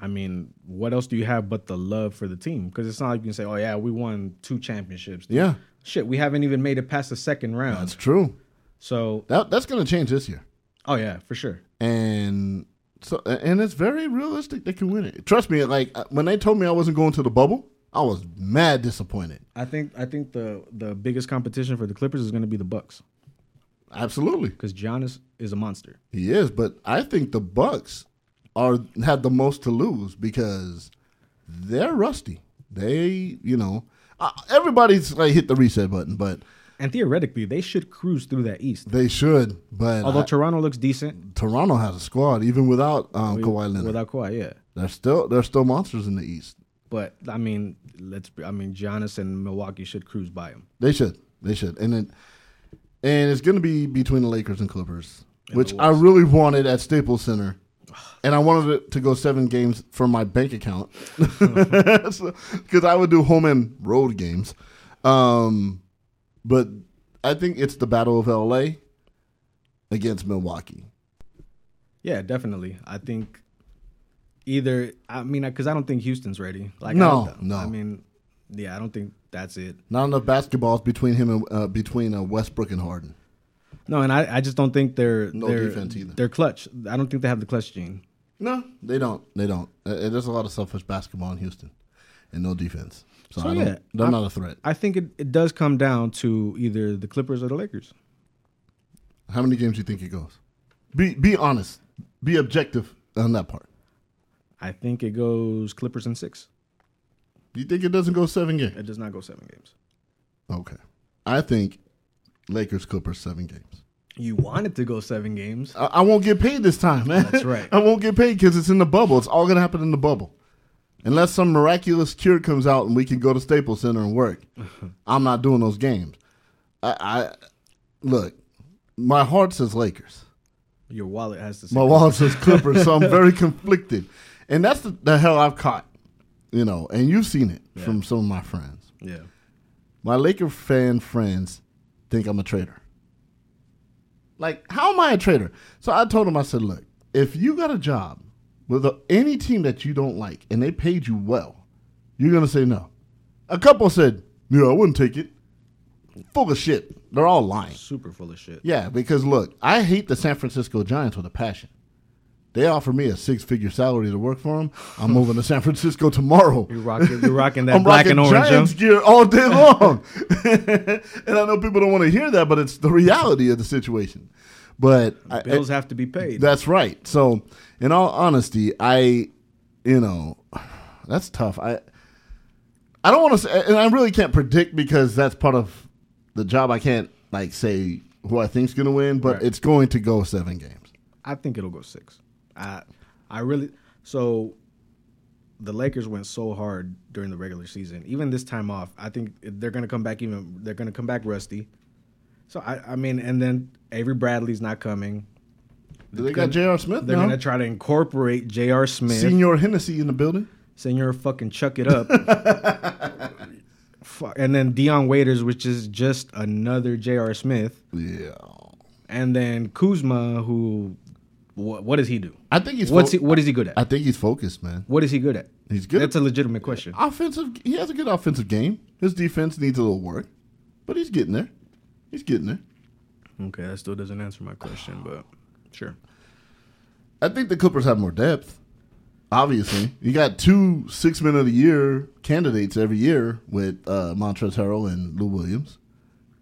I mean, what else do you have but the love for the team? Because it's not like you can say, "Oh yeah, we won two championships." dude."
Yeah,
Shit, we haven't even made it past the second round.
that's true.
so,
That that's gonna change this year.
oh yeah, for sure.
and so and it's very realistic they can win it. Trust me, like uh, when they told me I wasn't going to the bubble, I was mad disappointed.
I think I think the the biggest competition for the Clippers is going to be the Bucks
Absolutely,
because Giannis is a monster.
he is, but I think the Bucks are had the most to lose because they're rusty. They, you know, uh, everybody's like hit the reset button, but
And theoretically, they should cruise through that East.
they should. But
Although
I-
Toronto looks decent
Toronto has a squad even without um, Kawhi Leonard.
without Kawhi, yeah.
they're still they're still monsters in the East.
But I mean, let's. be- I mean, Giannis and Milwaukee should cruise by him.
They should. They should. And then, and it's going to be between the Lakers and Clippers, which I really wanted at Staples Center. And I wanted it to go seven games from my bank account because I would do home and road games. Um, but I think it's the Battle of LA against Milwaukee.
Yeah, definitely. I think either. I mean, because I don't think Houston's ready. Like,
No,
I don't-
no.
I mean, yeah, I don't think that's it.
Not enough basketballs between him and uh, between uh, Westbrook and Harden.
No, and I, I just don't think they're
No
they're,
defense either.
They're clutch. I don't think they have the clutch gene.
No, they don't. They don't. Uh, there's a lot of selfish basketball in Houston, and no defense. So,
So,
I don't,
yeah,
they're
I'm-
not a threat.
I think it, it does come down to either the Clippers or the Lakers.
How many games do you think it goes? Be be honest. Be objective on that part.
I think it goes Clippers in six.
You think it doesn't go seven games?
It does not go seven games.
Okay. I think Lakers Clippers seven games.
You want it to go seven games.
I, I won't get paid this time, man.
That's right.
I won't get paid because it's in the bubble. It's all gonna happen in the bubble. Unless some miraculous cure comes out and we can go to Staples Center and work. I'm not doing those games. I, I look, my heart says Lakers.
Your wallet has to say.
My wallet says Clippers, so I'm very conflicted. And that's the, the hell I've caught, you know, and you've seen it from some of my friends.
yeah.
My Laker fan friends think I'm a traitor. Like, how am I a traitor? So I told them, I said, look, if you got a job with a, any team that you don't like and they paid you well, you're going to say no. A couple said, yeah, I wouldn't take it. Full of shit. They're all lying.
Super full of shit.
Yeah, because look, I hate the San Francisco Giants with a passion. They offer me a six-figure salary to work for them. I'm moving to San Francisco tomorrow.
You're rocking. You're rocking that
I'm
black
rocking
and orange.
Giants
huh?
gear all day long, and I know people don't want to hear that, but it's the reality of the situation. But I-
Bills have to be paid.
that's right. So, in all honesty, I, you know, that's tough. I, I don't want to say, and I really can't predict because that's part of the job. I can't like say who I think's going to win, but
Right.
it's going to go seven games.
I think it'll go six. I I really so the Lakers went so hard during the regular season. Even this time off, I think they're gonna come back even they're gonna come back rusty. So I, I mean, and then Avery Bradley's not coming.
They got J.R. Smith
They're
now.
gonna try to incorporate J.R. Smith, senior,
Senior Hennessy in the building.
fucking chuck it up. Fuck. And then Dion Waiters, which is just another J.R. Smith,
Yeah,
and then Kuzma, who, what, what does he do?
I think he's.
What's
fo-
he, what is he good at?
I think he's focused, man.
What is he good at?
He's good
That's a legitimate question.
Offensive. He has a good offensive game. His defense needs a little work, but he's getting there. He's getting there.
Okay, that still doesn't answer my question, but sure.
I think the Clippers have more depth. Obviously, you got two six men of the year candidates every year with uh, Montrezl Harrell and Lou Williams.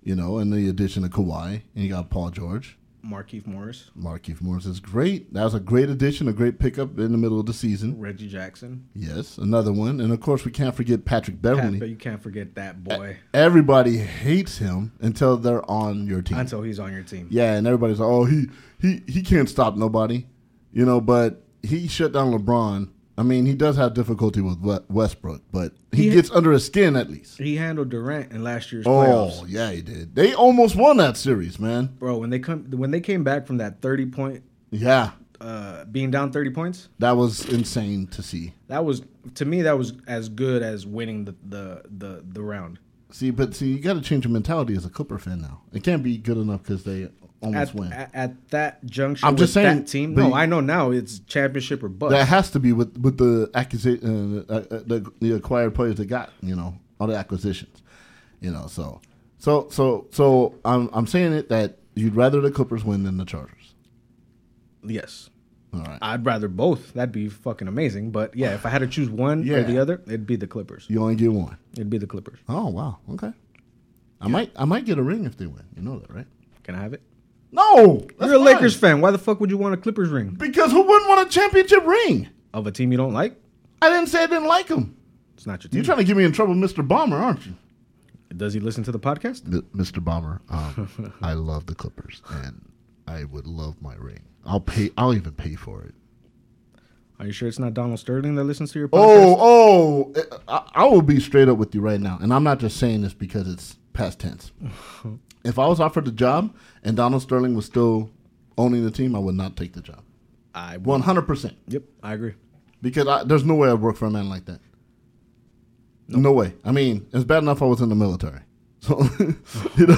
You know, and the addition of Kawhi, and you got Paul George.
Markeith Morris,
Markeith Morris is great. That was a great addition, a great pickup in the middle of the season.
Reggie Jackson.
Yes, another one, and of course we can't forget Patrick Beverly.
Pat, but you can't forget that boy
Everybody hates him until they're on your team.
until he's on your team.
Yeah, and everybody's like, oh, he he he can't stop nobody, you know. But he shut down LeBron. I mean, he does have difficulty with Wes- Westbrook, but he
He-
gets under his skin at least.
He handled Durant in last year's
Oh
playoffs.
yeah, he did. They almost won that series, man.
Bro, when they come when they came back from that 30 point
Yeah,
uh being down 30 points,
that was insane to see.
that was to me that was as good as winning the the the, the round.
See, but see, you got to change your mentality as a Clipper fan now. It can't be good enough because they almost
At,
win.
at, at that juncture
I'm
I'm
just
just
saying,
that team.
but
No,
you-
I know now it's championship or bust.
that has to be with with the acquisition, uh, uh, the, the acquired players they got. You know, all the acquisitions. You know, so so so so I'm I'm saying it that you'd rather the Clippers win than the Chargers.
yes.
All right,
I'd rather both. That'd be fucking amazing. But yeah, if I had to choose one
Yeah.
or the other, it'd be the Clippers.
you only get one.
It'd be the Clippers.
Oh wow, okay. I might I might get a ring if they win. You know that, right?
Can I have it?
No, that's
You're a
fine.
Lakers fan. Why the fuck would you want a Clippers ring
because who wouldn't want a championship ring?
of a team you don't like?
I didn't say I didn't like him.
It's not your
You're
team.
trying to get me in trouble, Mr. Bomber, aren't you?
Does he listen to the podcast?
M- Mr. Bomber, um, I love the Clippers, and I would love my ring. I'll pay. I'll even pay for it.
Are you sure it's not Donald Sterling that listens to your podcast?
Oh, oh! I, I will be straight up with you right now, and I'm not just saying this because it's past tense. if I was offered the job and Donald Sterling was still owning the team, I would not take the job.
I
One hundred percent,
Yep, I agree.
because I, there's no way I'd work for a man like that. No way. I mean, it's bad enough I was in the military, so you know.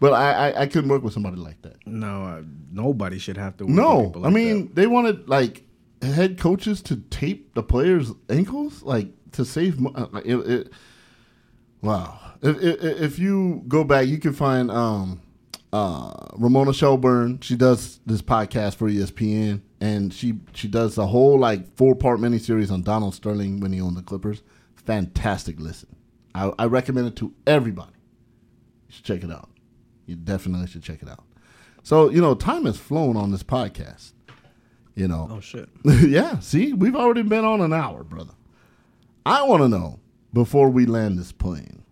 but I, I, I couldn't work with somebody like that.
No, uh, nobody should have to. work with
No,
people
I
like
mean they wanted like head coaches to tape the players' ankles, like to save. Mo- uh, like, it, it, wow, if, if, if you go back, you can find um, uh, Ramona Shelburne. She does this podcast for E ESPN, and she she does the whole like four part miniseries on Donald Sterling when he owned the Clippers. Fantastic listen. I, I recommend it to everybody. You should check it out. You definitely should check it out. So, you know, time has flown on this podcast. You know.
that. Oh shit!
yeah, see, we've already been on an hour, brother. I want to know before we land this plane,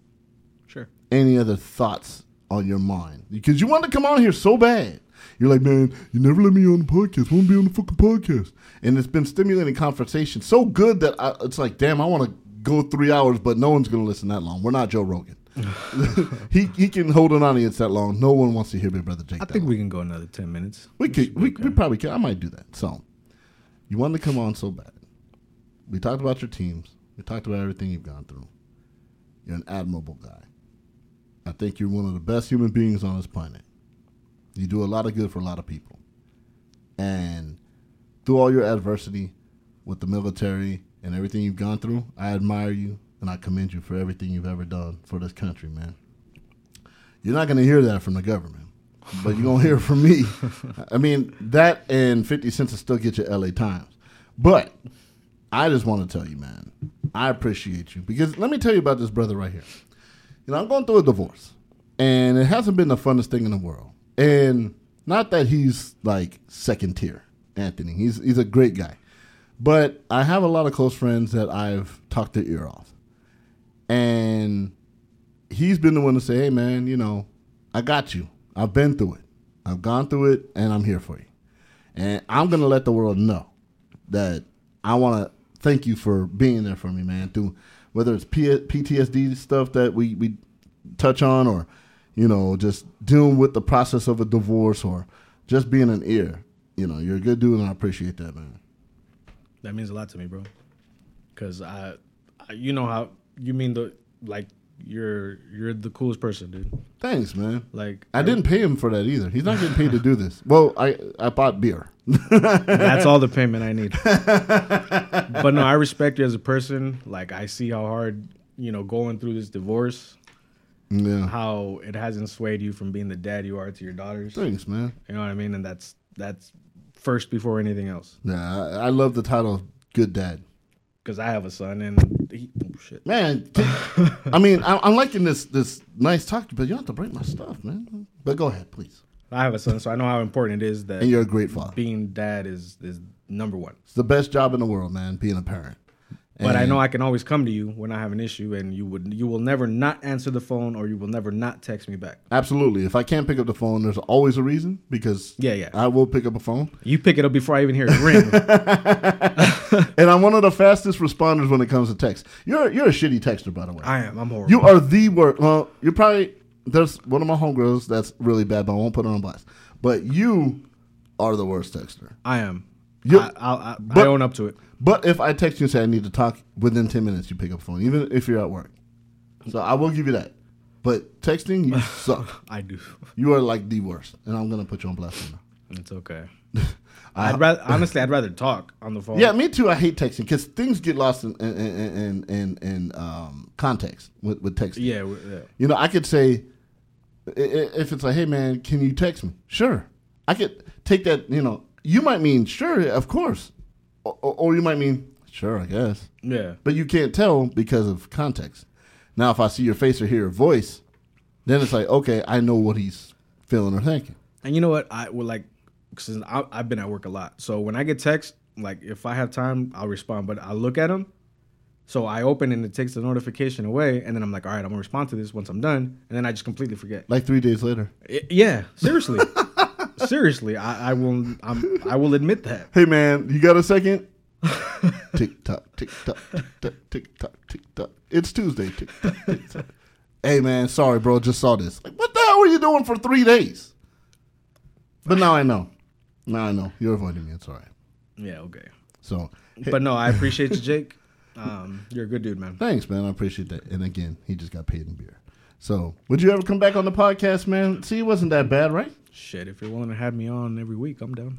Sure.
any other thoughts on your mind? Because you wanted to come on here so bad. You're like, man, you never let me on the podcast. Won't be on the fucking podcast. And it's been stimulating conversation so good that I, it's like, damn, I want to go three hours, but no one's going to listen that long. We're not Joe Rogan. he he can hold an audience that long. No one wants to hear Big Brother Jake.
I
that
think
long.
we can go another ten minutes.
We could. We, we probably could. I might do that. So, you wanted to come on so bad. We talked about your teams. We talked about everything you've gone through. You're an admirable guy. I think you're one of the best human beings on this planet. You do a lot of good for a lot of people. And through all your adversity with the military and everything you've gone through, I admire you and I commend you for everything you've ever done for this country, man. You're not going to hear that from the government, but you're going to hear it from me. I mean, that and 50 cents will still get you LA Times. But I just want to tell you, man, I appreciate you because let me tell you about this brother right here. You know, I'm going through a divorce, and it hasn't been the funnest thing in the world. And not that he's like second tier, Anthony. He's he's a great guy, but I have a lot of close friends that I've talked their ear off, and he's been the one to say, "Hey, man, you know, I got you. I've been through it. I've gone through it, and I'm here for you." And I'm gonna let the world know that I want to thank you for being there for me, man. Through whether it's P- PTSD stuff that we we touch on, or you know, just dealing with the process of a divorce, or just being an ear. You know, you're a good dude, and I appreciate that, man.
That means a lot to me, bro. Cause I, I you know how you mean the like you're you're the coolest person, dude.
Thanks, man.
Like
I didn't pay him for that either. He's not getting paid to do this. Well, I I bought beer.
That's all the payment I need. but no, I respect you as a person. Like I see how hard you know going through this divorce,
Yeah.
how it hasn't swayed you from being the dad you are to your daughters. You
Thanks, man.
know what I mean? And that's that's first before anything else.
Yeah, I, I love the title Good Dad.
Because I have a son and he, oh shit.
Man, t- I mean, I, I'm liking this this nice talk, but you don't have to break my stuff, man. But go ahead, please.
I have a son, so I know how important it is
And
that
you're a great father.
being dad is is number one.
It's the best job in the world, man, being a parent.
But I
And-
know I can always come to you when I have an issue, and you would you will never not answer the phone or you will never not text me back.
Absolutely. If I can't pick up the phone, there's always a reason because
Yeah, yeah.
I will pick up a phone.
You pick it up before I even hear it ring.
And I'm one of the fastest responders when it comes to text. You're you're a shitty texter, by the way.
I am. I'm horrible.
you are the worst. Well, you're probably there's one of my homegirls that's really bad, but I won't put her on blast. But you are the worst texter.
I am.
You-
I, I, I,
but-
I own up to it.
But if I text you and say I need to talk within ten minutes, you pick up the phone, even if you're at work. So I will give you that. But texting, you suck.
I do.
You are like the worst, and I'm gonna put you on blast. Right now.
It's okay. I'd rather honestly, I'd rather talk on the phone.
Yeah, me too. I hate texting because things get lost in in in in, in, in um, context with, with texting.
yeah, w- yeah.
you know, I could say i- i- if it's like, "Hey, man, can you text me?" Sure, I could take that. You know, you might mean sure, of course, or, or- or you might mean sure, I guess,
Yeah.
but you can't tell because of context. Now, if I see your face or hear your voice, then it's like, okay, I know what he's feeling or thinking.
And you know what? I would like since I, I've been at work a lot, so when I get texts, like if I have time, I'll respond. But I look at them, so I open and it takes the notification away, and then I'm like, all right, I'm gonna respond to this once I'm done, and then I just completely forget.
Like three days later,
I- yeah, seriously, seriously, I, I will. I'm, I will admit that.
Hey man, you got a second? tick tock, tick tock, tick tock, tick tock, tick tock. It's Tuesday. Tick tock, tick tock. hey man, sorry bro, just saw this. Like, what the hell were you doing for three days? But now I know. Now I know. You're avoiding me. It's all right.
Yeah. Okay.
So, hey,
But no, I appreciate you, Jake. Um, you're a good dude, man.
thanks man. I appreciate that. And again, he just got paid in beer. So, would you ever come back on the podcast, man? See, it wasn't that bad, right?
Shit, if you're willing to have me on every week, I'm down.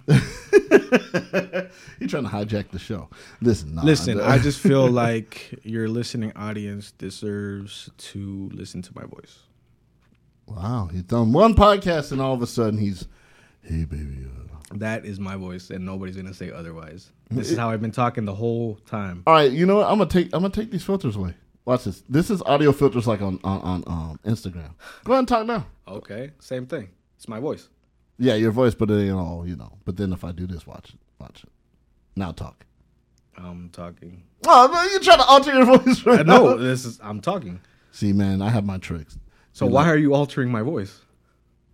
You're trying to hijack the show. Listen, nah,
Listen, I just feel like your listening audience deserves to listen to my voice.
Wow, he's done one podcast and all of a sudden he's, hey baby, uh.
That is my voice, and nobody's gonna say otherwise. This is how I've been talking the whole time.
all right. You know what? I'm gonna take I'm gonna take these filters away. Watch this. This is audio filters like on on, on um, Instagram. Go ahead and talk now.
Okay, same thing. It's my voice.
Yeah, your voice, but it ain't all you know. But then if I do this, watch it, watch it. Now talk.
I'm talking. Uh,
Oh, no, you're trying to alter your voice right now.
No, this is I'm talking.
See, man, I have my tricks.
So why are you altering my voice?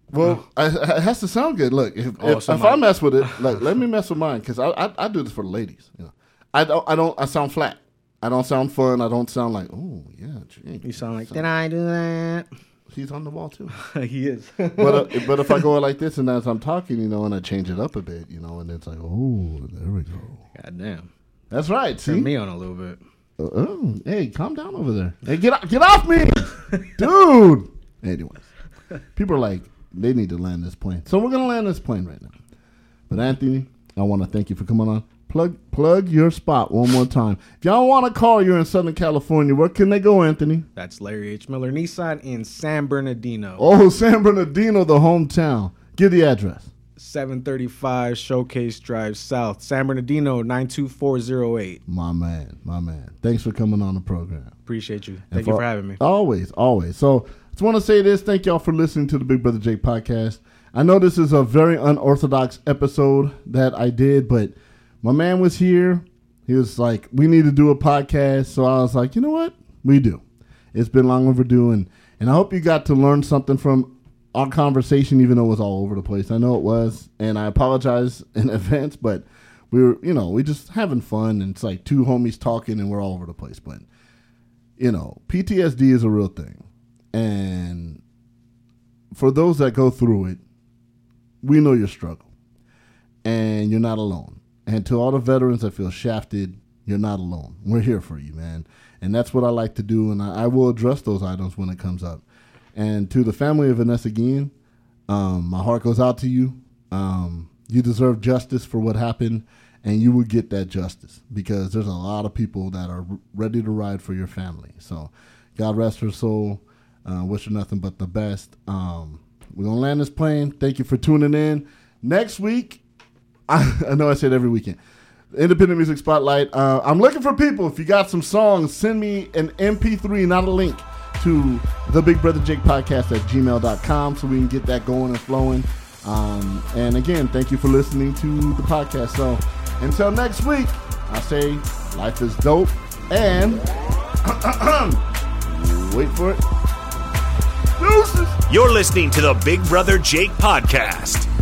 Well, I, I- it has to sound good. Look, if
Oh,
if,
so
if
mine-
I mess with it, like let me mess with mine because I, I I do this for the ladies. You know, I don't I don't I sound flat. I don't sound fun. I don't sound like oh yeah. gee."
You sound like did I do that?
He's on the wall too.
he is.
But uh, but if I go like this and as I'm talking, you know, and I change it up a bit, you know, and it's like oh there we go.
God damn.
That's right.
Turn
See,
me on a little bit.
Uh, oh, hey, calm down over there. Hey, get o- get off me, dude. Anyways, people are like they need to land this plane, so we're gonna land this plane right now. But Anthony, I want to thank you for coming on. Plug plug your spot one more time. If y'all want to call, you're in Southern California. Where can they go, Anthony?
That's Larry H. Miller Nissan in San Bernardino.
Oh, San Bernardino, the hometown. Give the address.
735 Showcase Drive South, San Bernardino 92408.
My man, my man. Thanks for coming on the program.
Appreciate you.
And
Thank you for having me.
Always, always. So just want to say this. Thank y'all for listening to the Big Brother Jake podcast. I know this is a very unorthodox episode that I did, but my man was here. He was like, "We need to do a podcast." So I was like, "You know what? We do. It's been long overdue." And and I hope you got to learn something from our conversation, even though it was all over the place. I know it was, and I apologize in advance, but we were, you know, we just having fun, and it's like two homies talking, and we're all over the place, but you know, PTSD is a real thing. And for those that go through it, we know your struggle. And you're not alone. And to all the veterans that feel shafted, you're not alone. We're here for you, man. And that's what I like to do. And I, I will address those items when it comes up. And to the family of Vanessa Guillen, um, my heart goes out to you. Um, you deserve justice for what happened, and you will get that justice because there's a lot of people that are ready to ride for your family. So, God rest her soul. Uh, wish you nothing but the best. Um, we're gonna land this plane. Thank you for tuning in. Next week, I, I know I said every weekend. Independent Music Spotlight. Uh, I'm looking for people. If you got some songs, send me an MP3, not a link, to the Big Brother Jake podcast at gmail.com so we can get that going and flowing. Um, and again, thank you for listening to the podcast. So until next week, I say life is dope and wait for it. Deuces!
You're listening to the Big Brother Jake podcast.